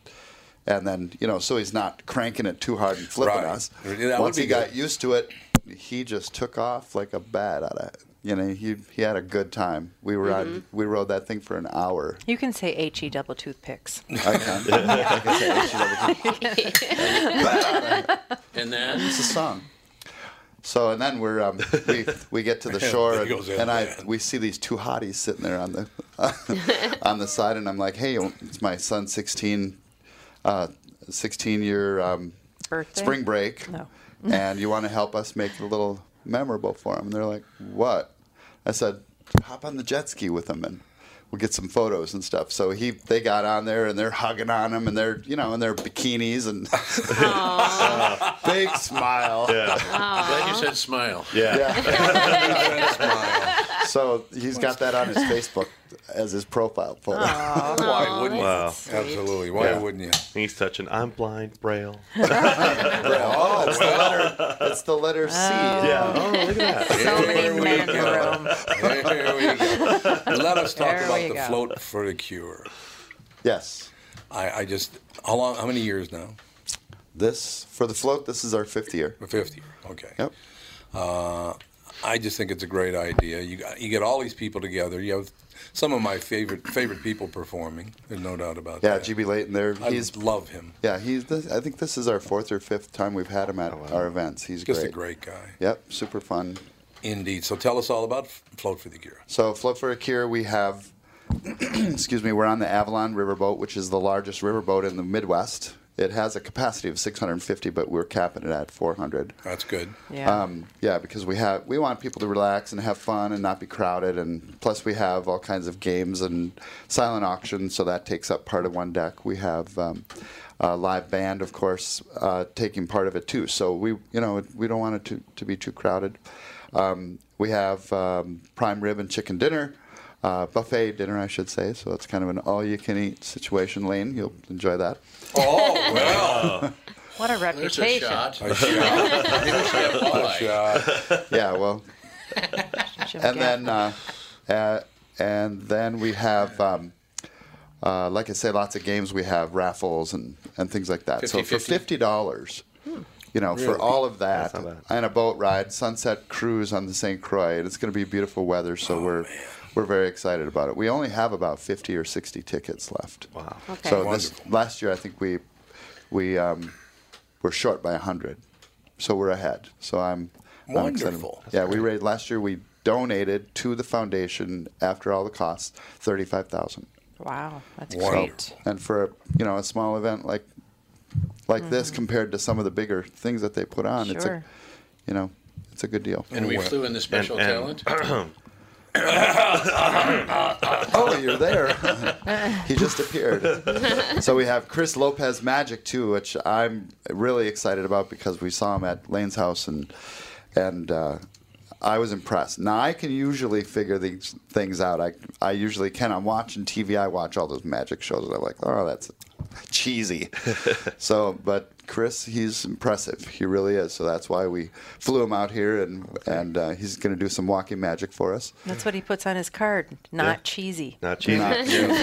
Speaker 3: And then you know, so he's not cranking it too hard and flipping
Speaker 1: Right.
Speaker 3: us.
Speaker 1: That would
Speaker 3: Once
Speaker 1: be
Speaker 3: he got
Speaker 1: good.
Speaker 3: used to it, he just took off like a bat out of you know. He he had a good time. We were
Speaker 5: Mhm.
Speaker 3: on, we rode that thing for an
Speaker 1: [LAUGHS]
Speaker 3: hour.
Speaker 5: You can say H E double toothpicks.
Speaker 3: I can, I can say H-E-double-T. [LAUGHS]
Speaker 1: And then
Speaker 3: It's a song. So and then we're um, we we get to the shore
Speaker 1: [LAUGHS] There
Speaker 3: and,
Speaker 1: goes the
Speaker 3: and I
Speaker 1: other
Speaker 3: we see these two hotties sitting there on the
Speaker 1: [LAUGHS]
Speaker 3: on the side and I'm like, hey, it's my son's 16 uh, 16 year um,
Speaker 5: Birthday?
Speaker 3: spring break,
Speaker 5: No.
Speaker 3: [LAUGHS] and you want to help us make it a little memorable for him. And they're like, what? I said, hop on the jet ski with him and. We'll get some photos and stuff. So he, they got on there and they're hugging on him and they're, you know, in their bikinis
Speaker 1: [LAUGHS]
Speaker 3: and [LAUGHS] big smile.
Speaker 1: Yeah. Glad you said smile.
Speaker 8: [LAUGHS]
Speaker 3: [LAUGHS]
Speaker 1: [LAUGHS]
Speaker 3: so he's got
Speaker 5: [LAUGHS]
Speaker 3: that on his Facebook as his profile photo. [LAUGHS]
Speaker 1: Why wouldn't you? Absolutely. Why wouldn't you?
Speaker 4: He's touching. I'm blind braille.
Speaker 3: Oh, it's the letter. It's the letter C.
Speaker 4: Yeah. Oh, look at that.
Speaker 1: So many men in the room. There we
Speaker 6: [LAUGHS]
Speaker 1: go. Let us talk
Speaker 5: There
Speaker 1: about
Speaker 5: we
Speaker 1: the
Speaker 5: go.
Speaker 1: float for the cure.
Speaker 3: Yes.
Speaker 1: I, I just how long? How many years now?
Speaker 3: This for the float. This is our fifth year.
Speaker 1: The fifth year. Okay.
Speaker 3: Yep.
Speaker 1: Uh, I just think it's a great idea. You got, you get all these people together. You have some of my favorite favorite people performing. There's no doubt about
Speaker 3: Yeah,
Speaker 1: that.
Speaker 3: GB Layton. There,
Speaker 1: I
Speaker 3: he's.
Speaker 1: love him.
Speaker 3: Yeah, he's. This, I think this is our fourth or fifth time we've had him at our events. He's
Speaker 1: Oh, Just
Speaker 3: great.
Speaker 1: a great guy.
Speaker 3: Yep, super fun.
Speaker 1: Indeed. So tell us all about F- Float for the Cure.
Speaker 3: So Float for a Cure, we have, [CLEARS THROAT] excuse me, we're on the Avalon Riverboat, which is the largest riverboat in the Midwest. It has a capacity of 650, but we're capping it at 400.
Speaker 1: That's good.
Speaker 5: Yeah.
Speaker 3: Um, yeah, because we have we want people to relax and have fun and not be crowded, and plus we have all kinds of games and silent auctions, so that takes up part of one deck. We have um, a live band, of course, uh, taking part of it too. So we you know we don't want it to, to be too crowded. Um, we have um, prime rib and chicken dinner. Uh, buffet dinner, I should say. So it's kind of an all-you-can-eat situation, Lane. You'll enjoy that.
Speaker 1: Oh well.
Speaker 5: What a reputation.
Speaker 3: [LAUGHS]
Speaker 1: A [LAUGHS] shot. A shot.
Speaker 3: yeah, well, and then uh, uh, and then we have, um, uh, like I say, lots of games. We have raffles and, and things like that. so for
Speaker 1: 50-50?
Speaker 3: fifty dollars, you know, for
Speaker 1: Really?
Speaker 3: all of that
Speaker 4: That's not
Speaker 3: and a boat ride, sunset cruise on the St. Croix, and it's going to be beautiful weather. So we're we're very excited about it. We only have about fifty or sixty tickets left.
Speaker 4: Wow.
Speaker 5: Okay.
Speaker 3: So this last year, I think we we um, were short by hundred, so we're ahead. So I'm I'm excited.
Speaker 1: Wonderful.
Speaker 3: yeah, we raised last year. We donated to the foundation after all the costs thirty five thousand.
Speaker 5: Wow, that's
Speaker 1: Wow.
Speaker 5: great.
Speaker 3: And for you know a small event like like this compared to some of the bigger things that they put on, it's a
Speaker 5: Mm-hmm. Sure.
Speaker 3: you know it's a good deal.
Speaker 10: And we flew in the special
Speaker 4: and-
Speaker 10: talent.
Speaker 3: [LAUGHS] oh, you're there.
Speaker 5: [LAUGHS]
Speaker 3: he just appeared. So we have Chris Lopez Magic too, which I'm really excited about because we saw him at Lane's house and and uh, I was impressed. Now I can usually figure these things out. I I usually can. I'm watching TV. I watch all those magic shows, and I'm like, oh, that's cheesy. so, but. Chris, he's impressive. He really is. So that's why we flew him out here, and and uh, he's going to do some walking magic for us.
Speaker 5: That's what he puts on his card. Not cheesy.
Speaker 4: Not cheesy.
Speaker 3: Not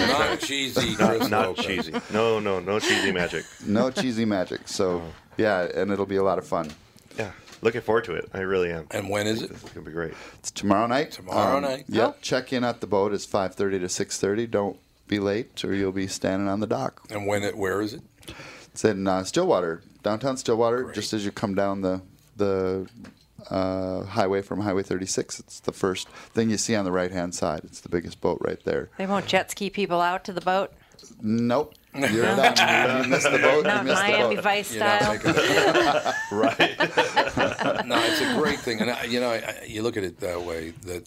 Speaker 1: Not cheesy, Chris
Speaker 4: Not, not
Speaker 1: Lopez.
Speaker 4: cheesy. No, no, no cheesy magic.
Speaker 3: No cheesy magic. So yeah, and it'll be a lot of fun.
Speaker 1: [LAUGHS]
Speaker 4: Yeah. Looking forward to it. I really am.
Speaker 1: And when is it?
Speaker 4: It's gonna be great.
Speaker 3: It's tomorrow night.
Speaker 1: Tomorrow night. Oh.
Speaker 3: Yep. Check in at the boat is five thirty to six thirty. Don't be late, or you'll be standing on the dock.
Speaker 1: And when it? Where is it?
Speaker 3: It's in uh, Stillwater, downtown Stillwater. Just as you come down the the uh, highway from Highway thirty six, it's the first thing you see on the right hand side. It's the biggest boat right there.
Speaker 5: They won't jet ski people out to the boat.
Speaker 1: [LAUGHS]
Speaker 3: Nope. You're done. You missed the boat.
Speaker 5: Not
Speaker 3: you missed
Speaker 5: Miami
Speaker 3: the boat.
Speaker 5: Vice style.
Speaker 1: You're not making it.
Speaker 4: Right.
Speaker 1: no, it's a great thing, and I, you know, I, I- you look at it that way. That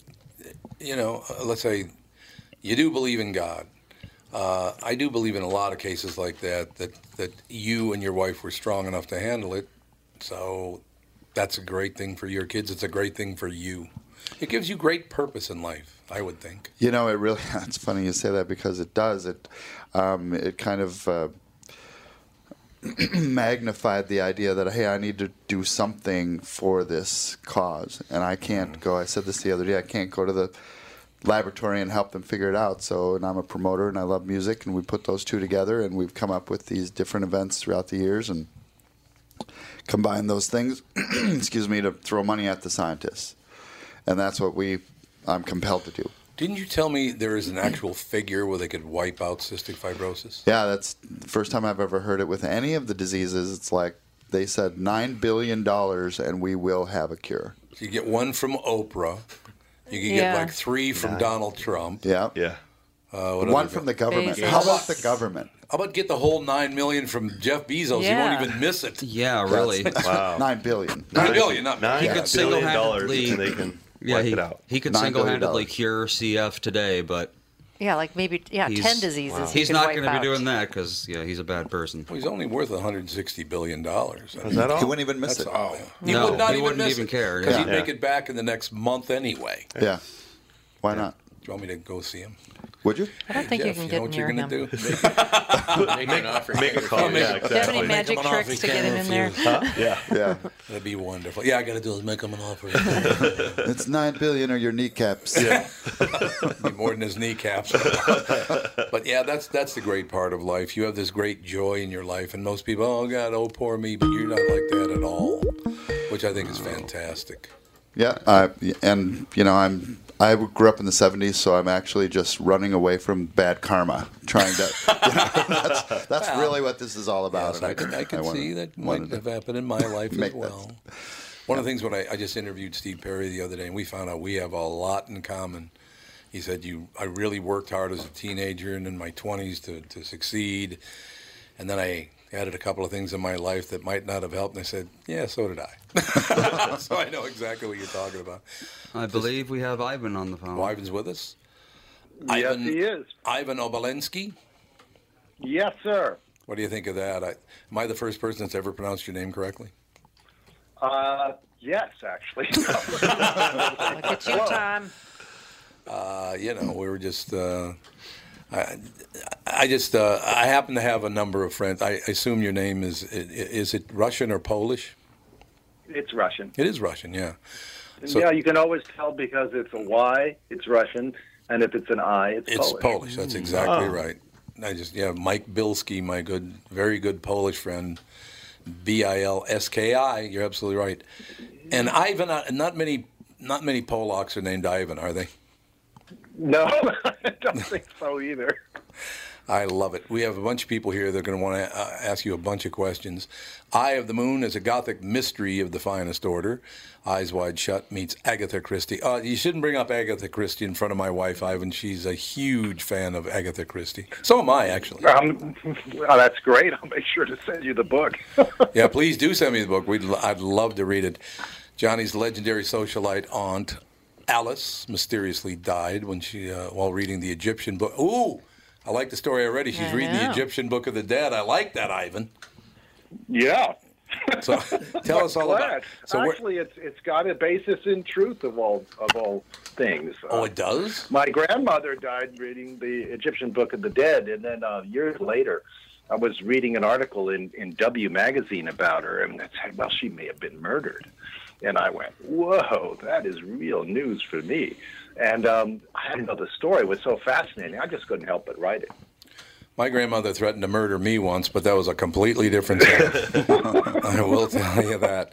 Speaker 1: you know, uh, let's say you do believe in God. Uh, I do believe in a lot of cases like that. That that you and your wife were strong enough to handle it. So that's a great thing for your kids. It's a great thing for you. It gives you great purpose in life. I would think.
Speaker 3: You know, it really. [LAUGHS] It's funny you say that because it does. It um, it kind of uh, [CLEARS THROAT] magnified the idea that hey, I need to do something for this cause, and I can't go. I said this the other day. I can't go to the laboratory and help them figure it out. So, and I'm a promoter, and I love music, and we put those two together, and we've come up with these different events throughout the years, and combine those things. [CLEARS THROAT] excuse me to throw money at the scientists, and that's what we. I'm compelled to do.
Speaker 1: Didn't you tell me there is an actual figure where they could wipe out cystic fibrosis?
Speaker 3: Yeah, that's the first time I've ever heard it with any of the diseases. It's like They said nine billion dollars, and we will have a cure.
Speaker 1: You get one from Oprah. You can
Speaker 3: Yeah.
Speaker 1: get like three from
Speaker 3: Yeah.
Speaker 1: Donald Trump.
Speaker 3: Yeah,
Speaker 4: yeah.
Speaker 1: Uh, what
Speaker 3: One
Speaker 1: other
Speaker 3: from
Speaker 1: guy?
Speaker 3: the government. How about the government?
Speaker 1: How about get the whole nine million from Jeff Bezos?
Speaker 3: Yeah.
Speaker 1: You won't even miss it.
Speaker 6: Yeah, really.
Speaker 3: [LAUGHS] Nine billion.
Speaker 1: Nine billion, not
Speaker 6: he could single-handedly. yeah, he, He could
Speaker 3: Nine
Speaker 6: single-handedly
Speaker 3: billion
Speaker 6: cure CF today, but
Speaker 5: Yeah, like maybe yeah,
Speaker 6: he's,
Speaker 5: ten diseases. he
Speaker 6: He's
Speaker 5: could
Speaker 6: not
Speaker 5: wipe
Speaker 6: going to
Speaker 5: out.
Speaker 6: be doing that because yeah, he's a bad person.
Speaker 1: Well, he's only worth 160 billion dollars.
Speaker 6: Is that all? He wouldn't
Speaker 3: even miss
Speaker 1: That's
Speaker 3: it.
Speaker 1: All. He
Speaker 6: No,
Speaker 1: would not
Speaker 6: he
Speaker 1: even
Speaker 6: wouldn't
Speaker 1: miss
Speaker 6: even
Speaker 1: it,
Speaker 6: care,
Speaker 1: 'cause
Speaker 6: yeah.
Speaker 1: he'd make
Speaker 6: Yeah.
Speaker 1: it back in the next month anyway.
Speaker 3: Yeah. Why not?
Speaker 1: Do you want me to go see him?
Speaker 3: Would you?
Speaker 5: I don't think you
Speaker 1: Jeff,
Speaker 5: can
Speaker 1: you
Speaker 5: get
Speaker 1: know what
Speaker 5: near
Speaker 1: you're gonna
Speaker 5: him.
Speaker 1: do? [LAUGHS] Make,
Speaker 2: an offer. make a call.
Speaker 1: I'll make
Speaker 2: Yeah,
Speaker 1: it-
Speaker 2: exactly. Do you have any
Speaker 1: Make
Speaker 5: magic
Speaker 1: him an offer
Speaker 5: tricks to
Speaker 1: he
Speaker 5: get
Speaker 1: can
Speaker 5: him in there?
Speaker 1: refuse.
Speaker 5: Huh?
Speaker 4: Yeah.
Speaker 3: Yeah.
Speaker 1: That'd be wonderful. Yeah, I got to do is make him an offer.
Speaker 3: [LAUGHS] It's nine billion or your kneecaps.
Speaker 1: Yeah. [LAUGHS] Be more than his kneecaps. [LAUGHS] but yeah, that's that's the great part of life. You have this great joy in your life, and most people, oh God, oh poor me, but you're not like that at all, which I think is fantastic.
Speaker 3: Yeah, I, and you know, I'm I grew up in the '70s, so I'm actually just running away from bad karma, trying to. you know, [LAUGHS] that's that's
Speaker 1: Well,
Speaker 3: really what this is all about.
Speaker 1: Yes, I can, I can
Speaker 3: wanna-
Speaker 1: see that might
Speaker 3: wanted
Speaker 1: have happened
Speaker 3: [LAUGHS]
Speaker 1: in my life as
Speaker 3: make that-
Speaker 1: well. One of the things when I, I just interviewed Steve Perry the other day, and we found out we have a lot in common. He said, "You, I really worked hard as a teenager and in my 20s to, to succeed, and then I added a couple of things in my life that might not have helped." And I said, "Yeah, so did I." [LAUGHS] so I know exactly what you're talking about.
Speaker 6: I believe we have Ivan on the phone.
Speaker 1: Ivan's with us. Ivan, he is. Ivan Obolensky.
Speaker 10: Yes, sir.
Speaker 1: What do you think of that? I, am I the first person that's ever pronounced your name correctly?
Speaker 10: Uh, yes, actually. Look
Speaker 5: at you, Tom.
Speaker 1: uh, you know, we were just. Uh, I, I just. Uh, I happen to have a number of friends. I assume your name is. i- i- Is it Russian or Polish?
Speaker 10: It's Russian.
Speaker 1: It is Russian. Yeah. So-
Speaker 10: yeah, you can always tell because it's a Y, it's Russian, and if it's an I, it's,
Speaker 1: It's Polish.
Speaker 10: Polish.
Speaker 1: That's
Speaker 10: Oh.
Speaker 1: exactly right. I just yeah, Mike Bilski, my good, very good Polish friend, B I L S K I. You're absolutely right. And Ivan, uh, not many, not many Polacks are named Ivan, are they?
Speaker 10: No, [LAUGHS] I don't think so either.
Speaker 1: I love it. We have a bunch of people here that are going to want to uh, ask you a bunch of questions. Eye of the Moon is a gothic mystery of the finest order. Eyes Wide Shut meets Agatha Christie. Uh, you shouldn't bring up Agatha Christie in front of my wife, Ivan. She's a huge fan of Agatha Christie. So am I, actually.
Speaker 10: Um, [LAUGHS] well, that's great. I'll make sure to send you the book.
Speaker 1: yeah, please do send me the book. We'd, l- I'd love to read it. Johnny's legendary socialite aunt, Alice, mysteriously died when she uh, while reading the Egyptian book. Ooh, I like the story already. She's
Speaker 10: I
Speaker 1: reading
Speaker 10: know.
Speaker 1: the Egyptian Book of the Dead. I like that, Ivan.
Speaker 10: Yeah. [LAUGHS]
Speaker 1: So tell us all about.
Speaker 10: Glad.
Speaker 1: So we're-
Speaker 10: actually, it's it's got a basis in truth of all of all things. Uh,
Speaker 1: Oh, it does?
Speaker 10: My grandmother died reading the Egyptian Book of the Dead, and then uh, years later, I was reading an article in, in W magazine about her, and it said, "Well, she may have been murdered." And I went, "Whoa, that is real news for me." And um, I didn't know the story was so fascinating. I just couldn't help but write it.
Speaker 1: my grandmother threatened to murder me once, but that was a completely different thing. I will tell you that.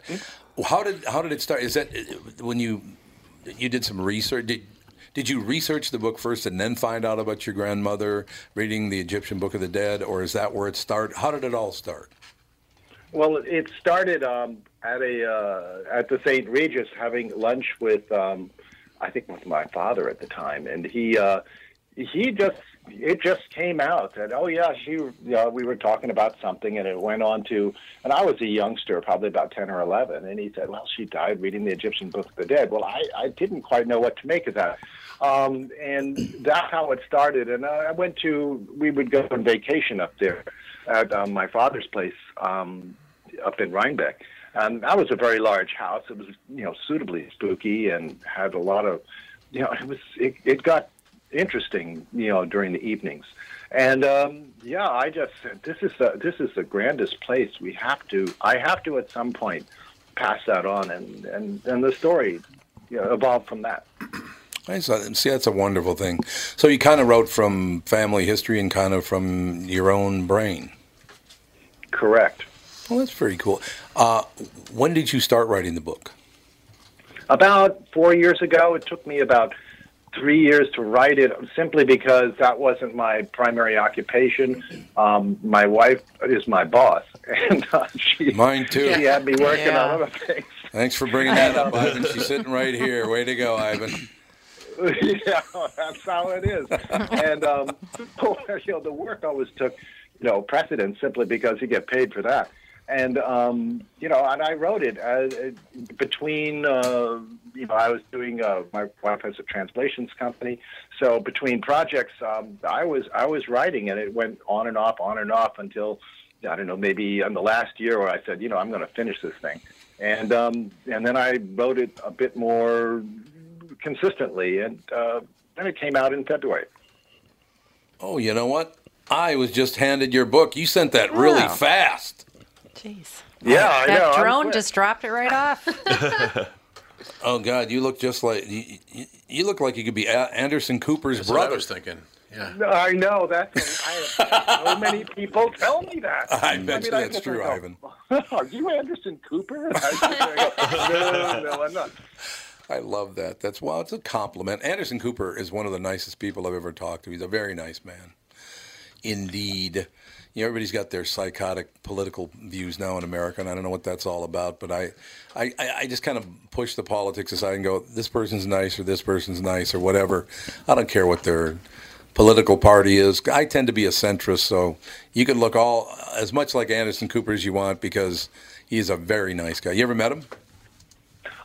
Speaker 1: How did how did it start? Is that when you you did some research? Did did you research the book first and then find out about your grandmother reading the Egyptian Book of the Dead, or is that where it started? How did it all start?
Speaker 10: Well, it started um, at a uh, at the St. Regis having lunch with um, I think with my father at the time, and he uh, he just it just came out that oh yeah she uh, we were talking about something, and it went on to and I was a youngster, probably about ten or eleven, and he said well she died reading the Egyptian Book of the Dead. Well, I I didn't quite know what to make of that. Um, and that's how it started. And I I went to, we would go on vacation up there at um, my father's place um, up in Rhinebeck. And that was a very large house. It was, you know, suitably spooky and had a lot of, you know, it was, it, it got interesting, you know, during the evenings. And um, yeah, I just said, this is the, this is the grandest place. We have to, I have to at some point pass that on. And, and, and the story you know, evolved from that.
Speaker 1: I saw- see, that's a wonderful thing. So you kind of wrote from family history and kind of from your own brain.
Speaker 10: Correct.
Speaker 1: Well, that's pretty cool. Uh, when did you start writing the book?
Speaker 10: About four years ago, it took me about three years to write it simply because that wasn't my primary occupation. Um, my wife is my boss, [LAUGHS] and uh, she
Speaker 1: Mine too.
Speaker 10: She had me working
Speaker 1: Yeah.
Speaker 10: on other things.
Speaker 1: Thanks for bringing that up, Ivan. She's sitting right here. Way to go, Ivan.
Speaker 10: [LAUGHS] yeah, that's how it is. and um, [LAUGHS] you know, the work always took, you know, precedence simply because you get paid for that. And um, you know, and I wrote it uh, between. Uh, you know, I was doing. Uh, my wife has a translations company, so between projects, um, I was I was writing, and it went on and off, on and off until I don't know, maybe in the last year where I said, you know, I'm going to finish this thing, and um, and then I wrote it a bit more consistently, and uh, then it came out in February.
Speaker 1: Oh, you know what? I was just handed your book. You sent that really
Speaker 5: Yeah.
Speaker 1: fast.
Speaker 5: Jeez.
Speaker 1: Yeah, I know,
Speaker 5: That
Speaker 1: I'm
Speaker 5: drone
Speaker 1: quick.
Speaker 5: just dropped it right off.
Speaker 1: oh God, you look just like you, you, you look like you could be A- Anderson Cooper's
Speaker 10: That's what I
Speaker 1: brother.
Speaker 10: was
Speaker 1: thinking.
Speaker 10: No, I know that. I have so many people tell me that.
Speaker 1: [LAUGHS] I bet you
Speaker 10: I
Speaker 1: that's
Speaker 10: just
Speaker 1: true,
Speaker 10: go,
Speaker 1: Ivan.
Speaker 10: [LAUGHS] Are you Anderson Cooper? And I just go, no, no, I'm not.
Speaker 1: I love that. That's well, it's a compliment. Anderson Cooper is one of the nicest people I've ever talked to. He's a very nice man, indeed. You know, everybody's got their psychotic political views now in America, and I don't know what that's all about. But I, I, I I just kind of push the politics aside and go, this person's nice or this person's nice or whatever. I don't care what their political party is. I tend to be a centrist, so you can look all as much like Anderson Cooper as you want because he's a very nice guy. You ever met him?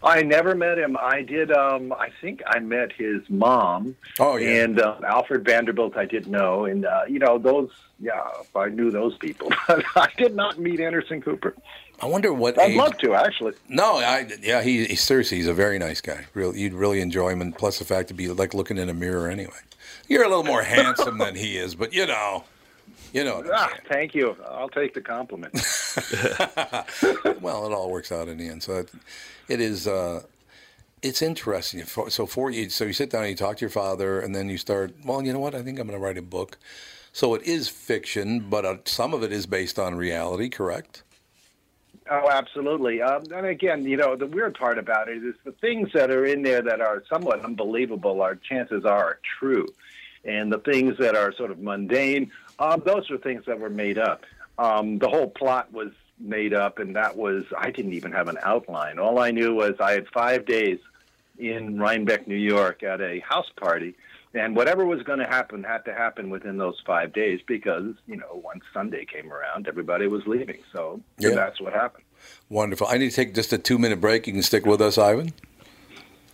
Speaker 10: I never met him. I did. Um, I think I met his mom.
Speaker 1: Oh yeah.
Speaker 10: And uh, Alfred Vanderbilt, I did know, and uh, you know those. Yeah, I knew those people. [LAUGHS] I did not meet Anderson Cooper.
Speaker 1: I wonder what
Speaker 10: I'd
Speaker 1: age-
Speaker 10: love to actually.
Speaker 1: No, I yeah, he, he seriously, he's a very nice guy. Real, you'd really enjoy him, and plus the fact to be like looking in a mirror anyway. You're a little more handsome than he is, but you know, you know.
Speaker 10: Ah, thank you. I'll take the compliment.
Speaker 1: well, it all works out in the end. So it, it is. Uh, it's interesting. Fo- So for you, so you sit down and you talk to your father, and then you start. Well, you know what? I think I'm going to write a book. So it is fiction, but uh, some of it is based on reality. Correct?
Speaker 10: Oh, absolutely. Um, and again, you know, the weird part about it is the things that are in there that are somewhat unbelievable are chances are, are true. And the things that are sort of mundane, um, those are things that were made up. Um, the whole plot was made up, and that was, I didn't even have an outline. All I knew was I had five days in Rhinebeck, New York at a house party. And whatever was going to happen had to happen within those five days because, you know, once Sunday came around, everybody was leaving. So
Speaker 1: Yeah.
Speaker 10: that's what happened.
Speaker 1: Wonderful. I need to take just a two minute break. You can stick with us, Ivan.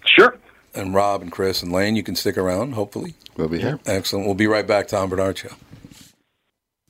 Speaker 10: Sure.
Speaker 1: And Rob and Chris and Lane, you can stick around, hopefully.
Speaker 3: We'll be here.
Speaker 1: Excellent. We'll be right back, Tom Bernard Show.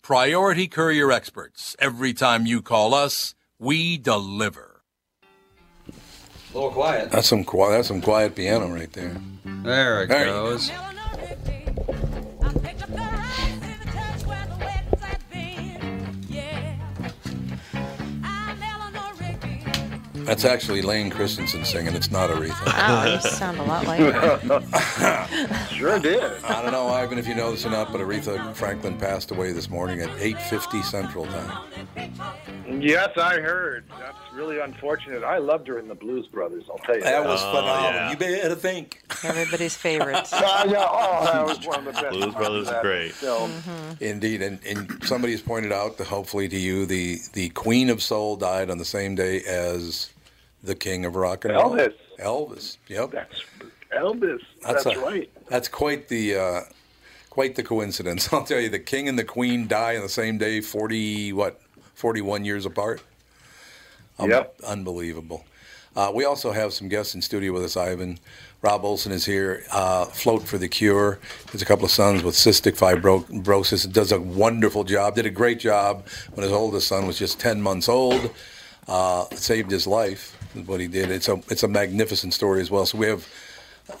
Speaker 8: Priority Courier Experts. Every time you call us, we deliver.
Speaker 6: A little quiet.
Speaker 1: That's some quiet. That's some quiet piano right there.
Speaker 6: There it
Speaker 1: There you
Speaker 6: goes.
Speaker 1: That's actually Lane Christensen singing. It's not Aretha.
Speaker 5: Wow, Oh, you sound a lot like
Speaker 1: [LAUGHS]
Speaker 5: her.
Speaker 10: [LAUGHS] sure did.
Speaker 1: I don't know, Ivan, if you know this or not, but Aretha Franklin passed away this morning at 8:50 Central Time.
Speaker 10: Yes, I heard. That's really unfortunate. I loved her in the Blues Brothers. I'll tell you that.
Speaker 1: That was phenomenal. You better think.
Speaker 5: Everybody's
Speaker 1: [LAUGHS]
Speaker 5: favorite.
Speaker 10: Oh, yeah. Oh, that was one of the best.
Speaker 1: Blues
Speaker 10: Brothers is great. film.
Speaker 1: Indeed, and, and somebody has pointed out, that hopefully to you, the the Queen of Soul died on the same day as the King of Rock and Roll.
Speaker 10: Elvis.
Speaker 1: Elvis. Yep.
Speaker 10: That's Elvis.
Speaker 1: That's
Speaker 10: That's,
Speaker 1: a-
Speaker 10: right.
Speaker 1: That's quite the uh, quite the coincidence. [LAUGHS] I'll tell you, the king and the queen die on the same day, forty what, forty one years apart. Um, Unbelievable. Uh, we also have some guests in studio with us, Ivan. Rob Olson is here. Uh, Float for the Cure. There's a couple of sons with cystic fibrosis. Does a wonderful job. Did a great job when his oldest son was just 10 months old. Uh, saved his life. is What he did. It's a it's a magnificent story as well. So we have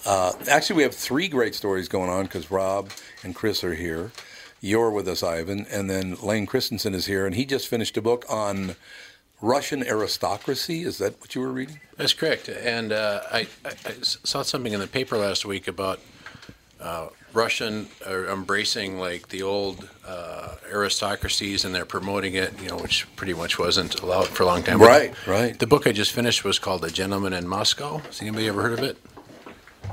Speaker 1: uh, actually we have three great stories going on because Rob and Chris are here. You're with us, Ivan, and then Lane Christensen is here, and he just finished a book on Russian aristocracy. Is that what you were reading?
Speaker 11: That's correct. And uh, I, I I s- saw something in the paper last week about uh, Russian are embracing like the old uh, aristocracies and they're promoting it, you know, which pretty much wasn't allowed for a long time.
Speaker 1: Right, right.
Speaker 11: The book I just finished was called The Gentleman in Moscow. Has anybody ever heard of it?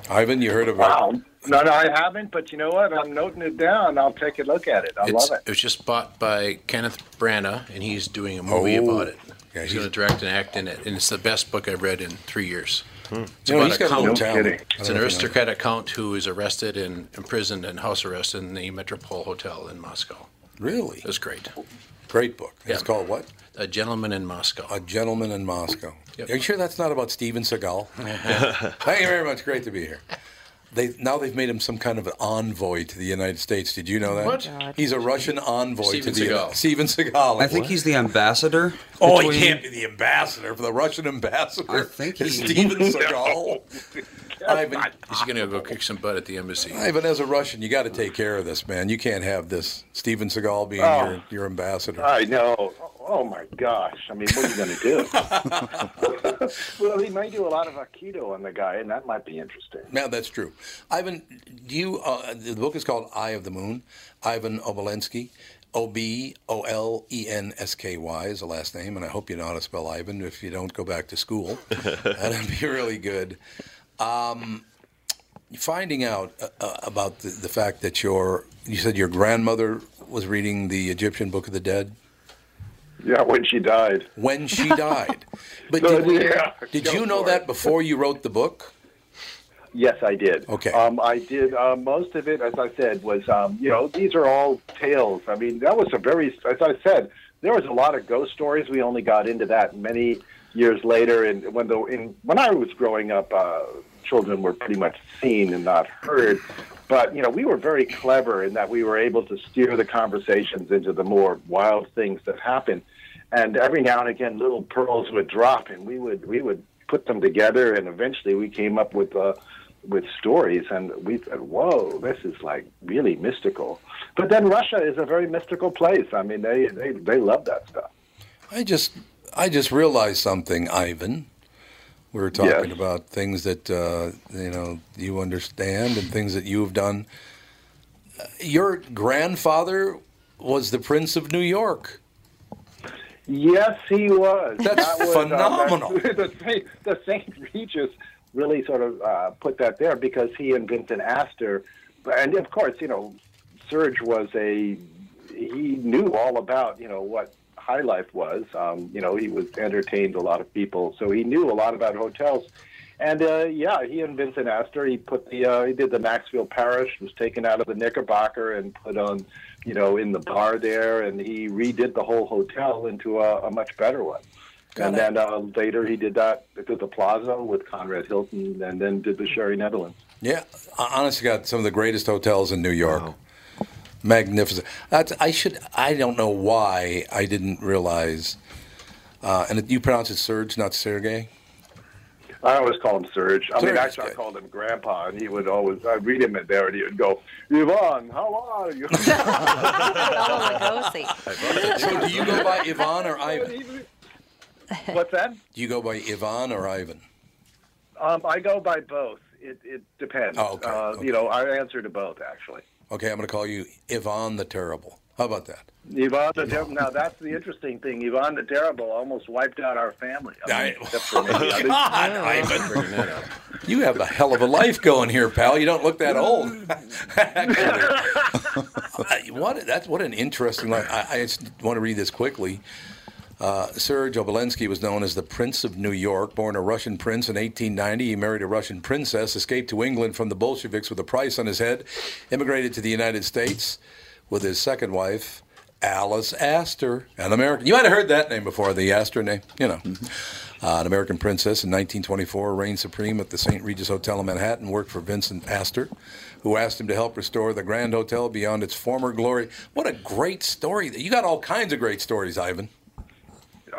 Speaker 1: Ivan, you heard of
Speaker 11: wow. it?
Speaker 10: No, no, I haven't. But you know what? I'm noting it down. I'll take a look at it. I
Speaker 11: it's,
Speaker 10: love it.
Speaker 11: was just bought by Kenneth Branagh, and he's doing a movie
Speaker 1: Oh.
Speaker 11: about it.
Speaker 1: Yeah,
Speaker 11: he's,
Speaker 1: he's-
Speaker 11: going to direct and act in it, and it's the best book I've read in three years. It's
Speaker 1: You
Speaker 11: about
Speaker 1: know, Hmm. he's
Speaker 11: a
Speaker 1: got a little
Speaker 11: count.
Speaker 1: talent. No kidding. I
Speaker 11: It's an
Speaker 1: don't know if you know
Speaker 11: aristocratic count who is arrested and imprisoned and house arrested in the Metropole Hotel in Moscow.
Speaker 1: Really?
Speaker 11: It's great.
Speaker 1: Great book. It's called what?
Speaker 11: A Gentleman in Moscow.
Speaker 1: A Gentleman in Moscow. Are you sure that's not about Steven
Speaker 6: [LAUGHS]
Speaker 1: Seagal? Thank you very much. Great to be here. They now they've made him some kind of an envoy to the United States. Did you know that?
Speaker 11: What? God.
Speaker 1: He's a Russian envoy
Speaker 11: Steven
Speaker 1: to the
Speaker 11: Seagal.
Speaker 1: Steven Seagal.
Speaker 6: I think he's the ambassador.
Speaker 1: Oh, he
Speaker 6: between-
Speaker 1: can't be the ambassador for the Russian ambassador.
Speaker 6: I think
Speaker 1: It's
Speaker 6: he-
Speaker 1: Steven Seagal.
Speaker 11: [LAUGHS]
Speaker 1: Ivan,
Speaker 11: He's going to go kick some butt at the embassy.
Speaker 1: Ivan, as a Russian, you got to take care of this, man. You can't have this Steven Seagal being
Speaker 10: Oh.
Speaker 1: your, your ambassador.
Speaker 10: I know. Oh my [LAUGHS] gosh! I mean, what are you going to do? well, he may do a lot of aikido on the guy, and that might be interesting.
Speaker 1: Now that's true. Ivan, do you? Uh, the book is called Eye of the Moon. Ivan Obolensky, O B O L E N S K Y is the last name, and I hope you know how to spell Ivan. If you don't, go back to school. That'd be really good. Um, finding out uh, uh, about the, the fact that your you said your grandmother was reading the Egyptian Book of the Dead.
Speaker 10: Yeah, when she died. [LAUGHS]
Speaker 1: When she died. But
Speaker 10: No,
Speaker 1: did,
Speaker 10: yeah,
Speaker 1: did
Speaker 10: go
Speaker 1: you know
Speaker 10: for
Speaker 1: that
Speaker 10: it.
Speaker 1: before you wrote the book?
Speaker 10: Yes, I did.
Speaker 1: Okay.
Speaker 10: Um, I did. Uh, most of it, as I said, was um, you know these are all tales. I mean, that was a very, as I said, there was a lot of ghost stories. We only got into that many years later, and when the in, when I was growing up, uh, children were pretty much seen and not heard. But you know, we were very clever in that we were able to steer the conversations into the more wild things that happened. And every now and again, little pearls would drop, and we would we would put them together, and eventually we came up with. Uh, with stories, and we thought, "Whoa, this is like really mystical." But then Russia is a very mystical place. I mean, they they, they love that stuff.
Speaker 1: I just I just realized something, Ivan. We were talking
Speaker 10: Yes.
Speaker 1: about things that uh, you know you understand and things that you've done. Uh, Your grandfather was the Prince of New York.
Speaker 10: Yes, he was.
Speaker 1: That's
Speaker 10: That was, uh,
Speaker 1: phenomenal.
Speaker 10: that- [LAUGHS] the, Saint, the Saint Regis really sort of uh, put that there because he and Vincent Astor, and of course, you know, Serge was a he knew all about you know what high life was. Um, you know, he was entertained a lot of people, so he knew a lot about hotels. And uh, yeah, he and Vincent Astor, he put the uh, he did the Maxwell Parish, was taken out of the Knickerbocker and put on, you know, in the bar there, and he redid the whole hotel into a, a much better one. and then uh, later he did that did the Plaza with Conrad Hilton, and then did the Sherry Netherlands.
Speaker 1: Yeah, hon- honest to God, some of the greatest hotels in New York. Magnificent. That's, I should. I don't know why I didn't realize. Uh, and you pronounce it Serge, not Sergey.
Speaker 10: I always call him Serge. I
Speaker 1: Serge
Speaker 10: mean,
Speaker 1: is
Speaker 10: actually, I called him Grandpa, and he would always I'd read him in there, and he would go, "Yvonne, how are you?"
Speaker 1: [LAUGHS] so do you go by Yvonne or Ivan?
Speaker 10: What's that?
Speaker 1: Do you go by Yvonne or Ivan?
Speaker 10: Um, I go by both. It, it depends.
Speaker 1: Oh, okay,
Speaker 10: uh, You know, I answer to both actually.
Speaker 1: Okay, I'm going to call you Yvonne the Terrible. How about that?
Speaker 10: Yvonne the Terrible. Now that's the interesting thing. Yvonne the Terrible almost wiped out our family. I mean, except for me. I mean-
Speaker 1: [LAUGHS] God, Ivan. You have a hell of a life going here, pal. You don't look that old. [LAUGHS] Actually. what that's what an interesting life. I, I just want to read this quickly. Uh, Serge Obolensky was known as the Prince of New York. Born a Russian prince in 1890, he married a Russian princess, escaped to England from the Bolsheviks with a price on his head, immigrated to the United States with his second wife, Alice Astor, an American. You might have heard that name before, the Astor name, you know. Uh, an American princess in 1924 reigned supreme at the St. Regis Hotel in Manhattan, worked for Vincent Astor, who asked him to help restore the Grand Hotel beyond its former glory. What a great story. You got all kinds of great stories, Ivan.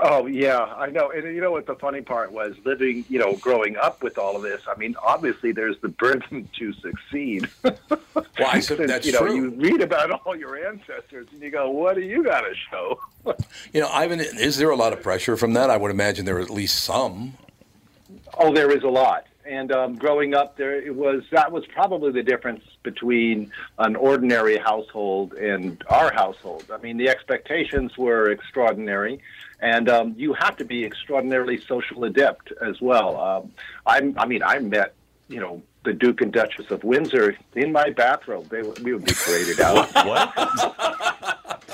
Speaker 10: Oh yeah, I know. And you know what the funny part was? Living, you know, growing up with all of this. I mean, obviously there's the burden [LAUGHS] to succeed.
Speaker 1: Well,
Speaker 10: [LAUGHS]
Speaker 1: I said that's
Speaker 10: you know,
Speaker 1: true.
Speaker 10: you read about all your ancestors and you go, "What do you got to show?" [LAUGHS]
Speaker 1: You know, Ivan, is there a lot of pressure from that? I would imagine there are at least some.
Speaker 10: Oh, there is a lot. And um, growing up, there it was. That was probably the difference between an ordinary household and our household. I mean, the expectations were extraordinary, and um, you have to be extraordinarily social adept as well. Um, I'm. I mean, I met you know the Duke and Duchess of Windsor in my bathrobe. They would- we would be paraded out.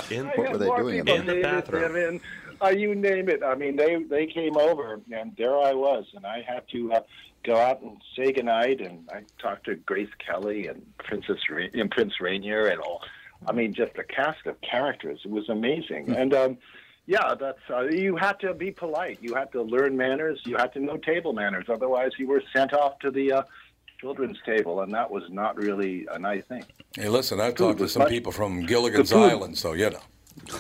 Speaker 3: In,
Speaker 10: I
Speaker 3: what
Speaker 10: had
Speaker 3: were they
Speaker 10: more
Speaker 3: doing
Speaker 10: people
Speaker 3: in the
Speaker 10: name it
Speaker 3: bathroom?
Speaker 10: than in- uh, you name it. I mean, they they came over, and there I was, and I had to uh, go out and say goodnight. And I talked to Grace Kelly and Princess Ra- and Prince Rainier and all. I mean, just a cast of characters. It was
Speaker 3: Hmm.
Speaker 10: amazing. And um, yeah, that's uh, you had to be polite. You had to learn manners. You had to know table manners. Otherwise, you were sent off to the uh, children's table, and that was not really a nice thing.
Speaker 1: Hey, listen, I've
Speaker 10: Food
Speaker 1: talked to
Speaker 10: was
Speaker 1: some
Speaker 10: much-
Speaker 1: people from Gilligan's
Speaker 10: the food-
Speaker 1: Island, so you know.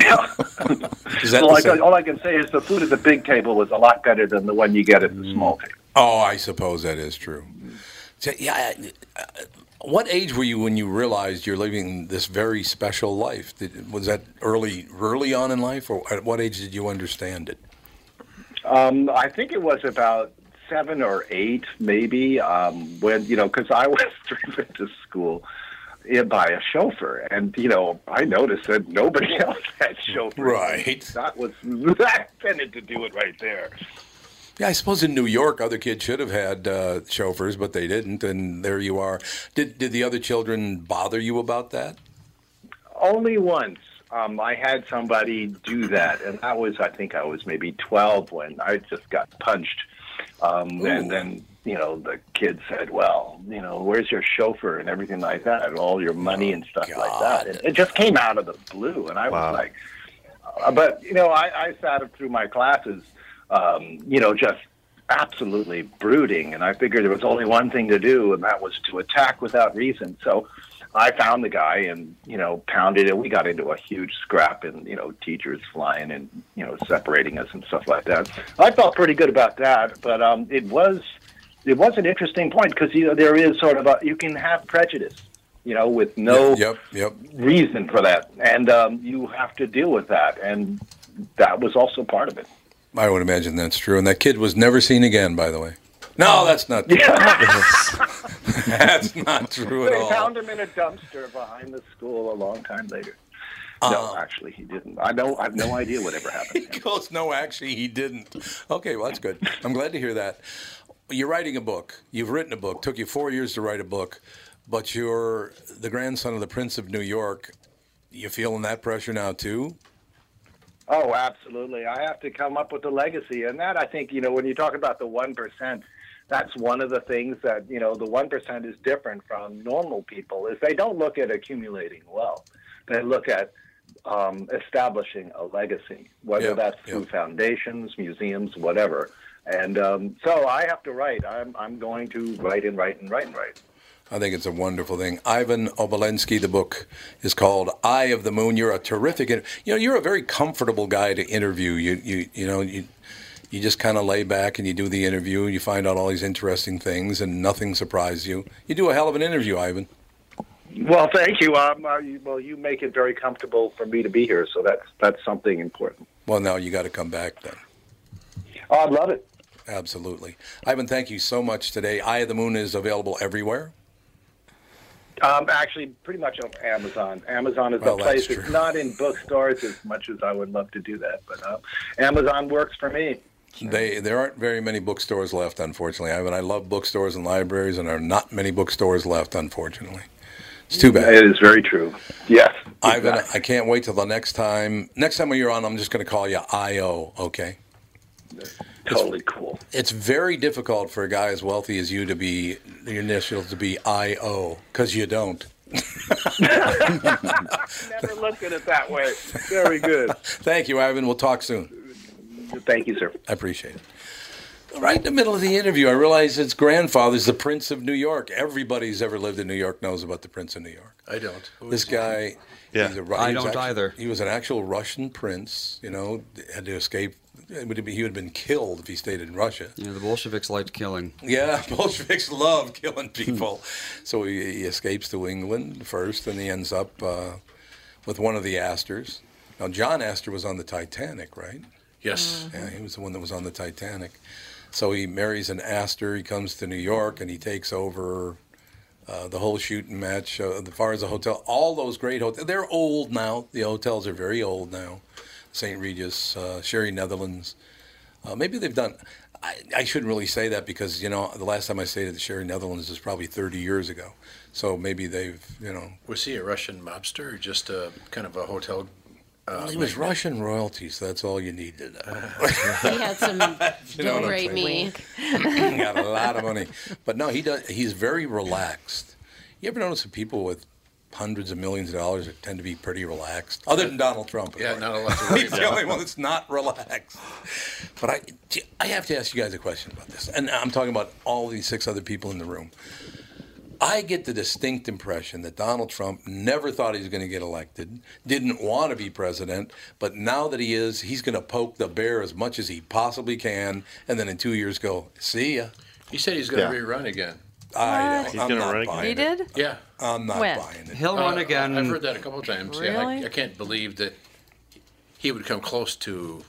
Speaker 1: Is that
Speaker 10: Well,
Speaker 1: the
Speaker 10: I
Speaker 1: same?
Speaker 10: can, all I can say is the food at the big table was a lot better than the one you get at the small table.
Speaker 1: Oh, I suppose that is true. So, yeah. I- I- What age were you when you realized you're living this very special life? Did, was that early, early on in life, or at what age did you understand it?
Speaker 10: Um, I think it was about seven or eight, maybe, um, when, you know, because I [LAUGHS] was driven to school eh, by a chauffeur. And, you know, I noticed that nobody [LAUGHS] else had chauffeur.
Speaker 1: Right.
Speaker 10: That was, [LAUGHS] that tended to do it right there.
Speaker 1: Yeah, I suppose in New York, other kids should have had uh, chauffeurs, but they didn't, and there you are. Did did the other children bother you about that?
Speaker 10: Only once um, I had somebody do that, and that was I think I was maybe twelve when I just got punched, um,
Speaker 1: Ooh.
Speaker 10: and then you know the kid said, "Well, you know, where's your chauffeur and everything like that, and all your money and stuff like that." It, it just came out of the blue, and I
Speaker 12: Wow.
Speaker 10: was like, uh, "But you know, I, I sat through my classes, um, you know, just." Absolutely brooding, and I figured there was only one thing to do, and that was to attack without reason. So, I found the guy and you know pounded it. We got into a huge scrap and you know teachers flying and you know separating us and stuff like that. I felt pretty good about that, but um, it was it was an interesting point because you know there is sort of a you can have prejudice, you know, with no
Speaker 1: Yep, yep.
Speaker 10: reason for that, and um, you have to deal with that, and that was also part of it.
Speaker 1: I would imagine that's true. And that kid was never seen again, by
Speaker 10: [LAUGHS]
Speaker 1: the way. [LAUGHS] No, that's not true. that's not true at
Speaker 10: They
Speaker 1: all.
Speaker 10: found him in a dumpster behind the school a long time later.
Speaker 1: Uh,
Speaker 10: no, actually, he didn't. I don't. I have no idea whatever happened.
Speaker 1: he [LAUGHS] goes, no, actually, he didn't. Okay, well, that's good. I'm glad to hear that. You're writing a book. You've written a book. Took you four years to write a book, but you're the grandson of the Prince of New York. You feeling that pressure now too?
Speaker 10: Oh, absolutely. I have to come up with a legacy. And that, I think, you know, when you talk about the 1%, that's one of the things that, you know, the 1% is different from normal people is they don't look at accumulating wealth. They look at um, establishing a legacy, whether
Speaker 1: Yeah,
Speaker 10: that's through foundations, museums, whatever. And um, so I have to write. I'm, I'm going to write and write and write and write.
Speaker 1: I think it's a wonderful thing. Ivan Obolensky, the book is called "Eye of the Moon." You're a terrific, inter- you know, you're a very comfortable guy to interview. You, you, you know, you, you just kind of lay back and you do the interview. and You find out all these interesting things, and nothing surprises you. You do a hell of an interview, Ivan.
Speaker 10: Well, thank you. Um, uh, you- well, you make it very comfortable for me to be here. So that's, that's something important.
Speaker 1: Well, now you got to come back then.
Speaker 10: Oh, I'd love it.
Speaker 1: Absolutely, Ivan. Thank you so much today. "Eye of the Moon" is available everywhere.
Speaker 10: Um, actually, pretty much on Amazon. Amazon is
Speaker 1: Well,
Speaker 10: the
Speaker 1: that's
Speaker 10: place. It's not in bookstores as much as I would love to do that, but uh, Amazon works for me.
Speaker 1: They there aren't very many bookstores left, unfortunately. Ivan, I love bookstores and libraries, and there are not many bookstores left, unfortunately. It's too bad.
Speaker 10: It is very true. Yes.
Speaker 1: Ivan, I can't wait till the next time. Next time when you're on, I'm just going to call you IO, okay?
Speaker 10: Totally cool.
Speaker 1: It's very difficult for a guy as wealthy as you to be, the initials to be IO, because you don't.
Speaker 10: [LAUGHS] Never looked at it that way. Very good.
Speaker 1: [LAUGHS] Thank you, Ivan. We'll talk soon.
Speaker 10: Thank you, sir.
Speaker 1: I appreciate it. Right in the middle of the interview, I realized his grandfather's the Prince of New York. Everybody who's ever lived in New York knows about the Prince of New York.
Speaker 11: I don't. Who
Speaker 1: This
Speaker 11: is he?
Speaker 1: guy,
Speaker 11: Yeah.
Speaker 1: he's a, Ru-
Speaker 11: I
Speaker 1: he was
Speaker 11: don't
Speaker 1: actu-
Speaker 11: either.
Speaker 1: He was an actual Russian prince, you know, had to escape. It would have been- He would have been killed if he stayed in Russia.
Speaker 6: Yeah, the Bolsheviks liked killing.
Speaker 1: Yeah, [LAUGHS] Bolsheviks love killing
Speaker 6: Hmm. [LAUGHS]
Speaker 1: people. so he, he escapes to England first, and he ends up uh, with one of the Astors. Now, John Astor was on the Titanic, right?
Speaker 11: Yes.
Speaker 1: Yeah, he was the one that was on the Titanic. So he marries an Astor. He comes to New York, and he takes over uh, the whole shooting match, uh, as far as the hotel. All those great hotels. They're old now. The hotels are very old now. St. Regis, uh, Sherry Netherlands. Uh, maybe they've done. I, I shouldn't really say that because you know the last time I stayed at the Sherry Netherlands was probably 30 years ago. So maybe they've you know
Speaker 11: Was he a Russian mobster or just a kind of a hotel? Uh,
Speaker 1: it was
Speaker 11: magnate?
Speaker 1: Russian royalties. That's all you need to know.
Speaker 11: [LAUGHS]
Speaker 1: [LAUGHS]
Speaker 7: He had some
Speaker 1: You know what
Speaker 7: don't
Speaker 1: I'm
Speaker 7: rate me.
Speaker 1: saying? he got a lot of money, but no, he does. He's very relaxed. You ever notice that people with hundreds of millions of dollars tend to be pretty relaxed, other than Donald Trump? of
Speaker 11: Yeah,
Speaker 1: course.
Speaker 11: not a lot to worry
Speaker 1: [LAUGHS] He's the
Speaker 11: about.
Speaker 1: only one that's not relaxed. But I, gee, I have to ask you guys a question about this, and I'm talking about all these six other people in the room. I get the distinct impression that Donald Trump never thought he was going to get elected, didn't want to be president, but now that he is, he's going to poke the bear as much as he possibly can, and then in two years go, see ya.
Speaker 11: He said he's going
Speaker 1: Yeah.
Speaker 11: to rerun again.
Speaker 1: I don't,
Speaker 11: He's
Speaker 1: I'm
Speaker 11: gonna
Speaker 1: not
Speaker 11: run again.
Speaker 1: buying
Speaker 11: He
Speaker 1: it.
Speaker 11: did? Yeah.
Speaker 1: I'm not
Speaker 11: When?
Speaker 1: buying it.
Speaker 11: Uh, I've heard that a couple of times. Yeah, I,
Speaker 1: Really?
Speaker 11: I can't believe that he would come close to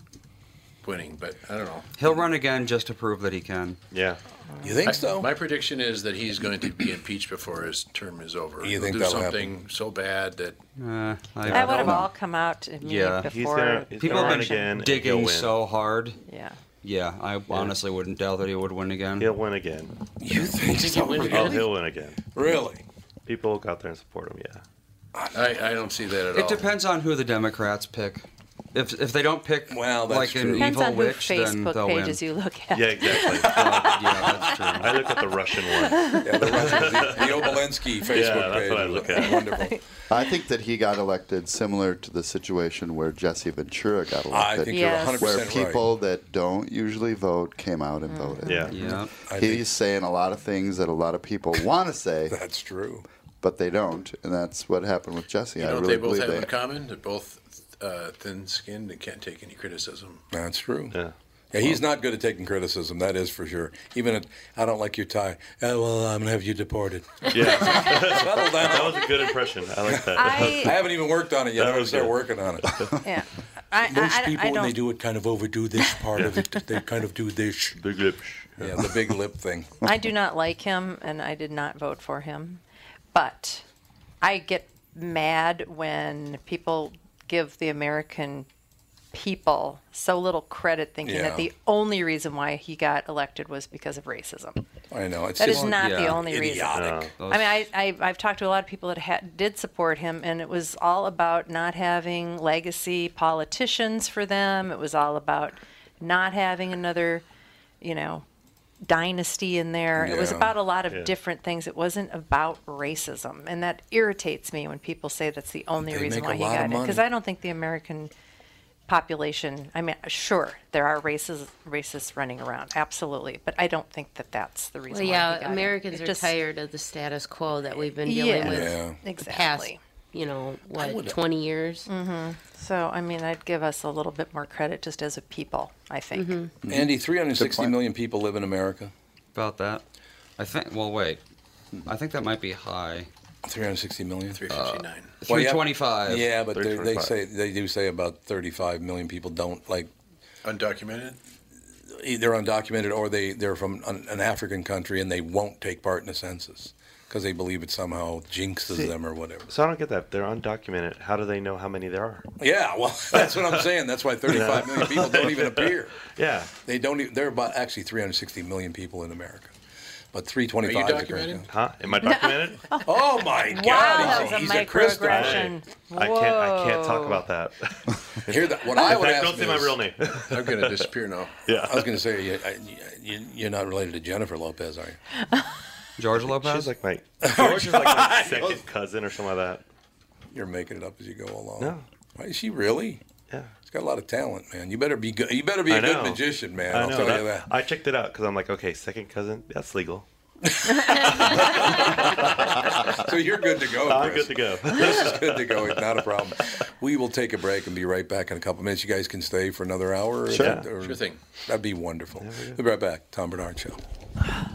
Speaker 11: winning, but I don't know.
Speaker 6: He'll run again just to prove that he can.
Speaker 11: Yeah.
Speaker 1: You think
Speaker 11: I-
Speaker 1: so?
Speaker 11: My prediction is that he's going to be impeached before his term is over.
Speaker 6: You
Speaker 11: He'll
Speaker 6: think
Speaker 11: do
Speaker 6: that'll
Speaker 11: something so bad that
Speaker 6: Uh, I
Speaker 11: That
Speaker 6: don't
Speaker 11: would have
Speaker 6: know.
Speaker 11: all
Speaker 5: come out a minute
Speaker 6: yeah.
Speaker 5: He's before gonna- he's
Speaker 6: People
Speaker 5: gonna run
Speaker 6: have been
Speaker 5: again and
Speaker 6: digging
Speaker 5: he'll win.
Speaker 6: so hard.
Speaker 5: Yeah.
Speaker 6: Yeah, I honestly wouldn't doubt that he would win again.
Speaker 4: He'll win again.
Speaker 1: You think
Speaker 11: he'll win
Speaker 4: Oh,
Speaker 11: again?
Speaker 4: he'll win again.
Speaker 1: Really?
Speaker 4: People go out there and support him. Yeah.
Speaker 11: I, I don't see that at
Speaker 6: It
Speaker 11: all.
Speaker 6: depends on who the Democrats pick. If if they don't pick
Speaker 1: well,
Speaker 6: like an
Speaker 5: Depends
Speaker 6: evil
Speaker 5: on who
Speaker 6: witch, then
Speaker 5: Facebook
Speaker 6: they'll win.
Speaker 5: pages you look at.
Speaker 6: [LAUGHS]
Speaker 4: Yeah, exactly.
Speaker 6: yeah, that's true. I
Speaker 4: look at the Russian one.
Speaker 1: [LAUGHS] Yeah, the, Russians, the, the Obolensky Facebook
Speaker 4: Yeah, that's
Speaker 1: page.
Speaker 4: what I look at.
Speaker 1: Wonderful.
Speaker 3: I think that he got elected similar to the situation where Jesse Ventura got elected.
Speaker 1: I think you're Yes. 100%
Speaker 3: Where
Speaker 1: right.
Speaker 3: people that don't usually vote came out and voted.
Speaker 4: Yeah. Yeah.
Speaker 1: Mm-hmm. I
Speaker 3: He's
Speaker 1: think-
Speaker 3: saying a lot of things that a lot of people want to say.
Speaker 1: that's true.
Speaker 3: But they don't, and that's what happened with Jesse.
Speaker 11: You know
Speaker 3: I
Speaker 11: what
Speaker 3: really
Speaker 11: they both
Speaker 3: believe
Speaker 11: have in
Speaker 3: that.
Speaker 11: common? They're both uh, thin-skinned and can't take any criticism.
Speaker 1: That's true. Yeah. he's not good at taking criticism. That is for sure. Even at, I don't like your tie. Oh, well, I'm gonna have you deported.
Speaker 4: Yeah.
Speaker 1: [LAUGHS]
Speaker 4: [LAUGHS]
Speaker 1: settle down.
Speaker 4: That was a good impression. I like that.
Speaker 1: I, haven't even worked on it yet. I'm gonna start working on it.
Speaker 5: [LAUGHS] Yeah. [LAUGHS] I,
Speaker 1: Most
Speaker 5: I, I,
Speaker 1: people,
Speaker 5: I
Speaker 1: when they
Speaker 5: don't.
Speaker 1: do it, kind of overdo this part of it. They kind of do this.
Speaker 4: [LAUGHS] Big lip.
Speaker 1: Yeah, the big lip thing.
Speaker 5: I do not like him, and I did not vote for him. But I get mad when people give the American people so little credit, thinking
Speaker 1: Yeah.
Speaker 5: that the only reason why he got elected was because of racism.
Speaker 1: I know. It's
Speaker 5: That is
Speaker 1: just
Speaker 5: not the only reason.
Speaker 1: idiotic.
Speaker 5: I mean, I, I, I've talked to a lot of people that ha- did support him, and it was all about not having legacy politicians for them. It was all about not having another, you know, dynasty in there. It was
Speaker 12: Yeah.
Speaker 5: about a lot of
Speaker 12: Yeah.
Speaker 5: different things. It wasn't about racism, and that irritates me when people say that's the only
Speaker 12: They
Speaker 5: reason
Speaker 12: make a
Speaker 5: why he
Speaker 12: lot
Speaker 5: got
Speaker 12: of
Speaker 5: it. Because
Speaker 12: money.
Speaker 5: I don't think the American population. I mean, sure, there are races racists running around, absolutely, but I don't think that that's the reason.
Speaker 7: Well,
Speaker 5: why he got
Speaker 7: yeah,
Speaker 5: it.
Speaker 7: Americans
Speaker 5: It
Speaker 7: are
Speaker 5: just-
Speaker 7: tired of the status quo that we've been dealing
Speaker 5: Yeah.
Speaker 7: with
Speaker 5: Yeah.
Speaker 7: the past,
Speaker 5: Exactly.
Speaker 7: you know, what,
Speaker 5: would-
Speaker 7: 20 years?
Speaker 5: hmm So, I mean, I'd give us a little bit more credit just as a people, I think.
Speaker 7: Mm-hmm.
Speaker 1: Andy, 360 million people live in America.
Speaker 6: About that, I think. Well, wait. I think that might be high. Uh,
Speaker 1: 360 million.
Speaker 11: 359.
Speaker 1: Uh, Well, yeah,
Speaker 6: 325.
Speaker 1: yeah, but they, they say they do say about 35 million people don't like
Speaker 11: undocumented.
Speaker 1: They're undocumented or they they're from an, an African country and they won't take part in the census because they believe it somehow jinxes
Speaker 4: See-
Speaker 1: them or whatever.
Speaker 4: So I don't get that. They're undocumented. How do they know how many there are?
Speaker 1: Yeah, well, [LAUGHS] that's what I'm saying. That's why 35 million people
Speaker 4: [LAUGHS]
Speaker 1: don't even appear.
Speaker 4: Yeah.
Speaker 1: They don't. Even, they're about actually 360 million people in America, but
Speaker 4: Are you
Speaker 1: 325. is a great
Speaker 4: documented? Huh?
Speaker 1: count.
Speaker 4: [LAUGHS] Am I documented?
Speaker 1: Oh my
Speaker 5: Wow,
Speaker 1: God!
Speaker 5: that
Speaker 1: he's
Speaker 5: was a
Speaker 1: he's crystal.
Speaker 5: microaggression.
Speaker 4: I can't. I can't talk about that. [LAUGHS]
Speaker 1: Here, the, what
Speaker 4: In
Speaker 1: I would
Speaker 4: fact,
Speaker 1: ask
Speaker 4: don't say my
Speaker 1: is-
Speaker 4: real name.
Speaker 11: I'm
Speaker 4: [LAUGHS]
Speaker 11: going to disappear now.
Speaker 1: I was going to say you, I, you, you're not related to Jennifer Lopez, are you?
Speaker 6: George Lopez.
Speaker 4: She's
Speaker 1: [LAUGHS]
Speaker 4: like my George is like my second cousin or something like that.
Speaker 1: Oh, You're making it up as you go along.
Speaker 4: No.
Speaker 1: Why is she really?
Speaker 4: Yeah.
Speaker 1: She's got a lot of talent, man. You better be good. You better be
Speaker 4: I
Speaker 1: a good
Speaker 4: know.
Speaker 1: magician, man.
Speaker 4: I
Speaker 1: I'll
Speaker 4: know,
Speaker 1: tell
Speaker 4: that-
Speaker 1: you that.
Speaker 4: I checked it out because I'm like, okay, second cousin, that's legal.
Speaker 1: [LAUGHS]
Speaker 4: [LAUGHS]
Speaker 1: so you're good to go.
Speaker 4: I'm good
Speaker 1: Chris.
Speaker 4: to go.
Speaker 1: [LAUGHS] this is good to go. It's not a problem. We will take a break and be right back in a couple minutes. You guys can stay for another hour.
Speaker 11: Sure.
Speaker 1: Or-
Speaker 11: Sure thing.
Speaker 1: That'd be wonderful. We'll be right back. Tom Bernard Show.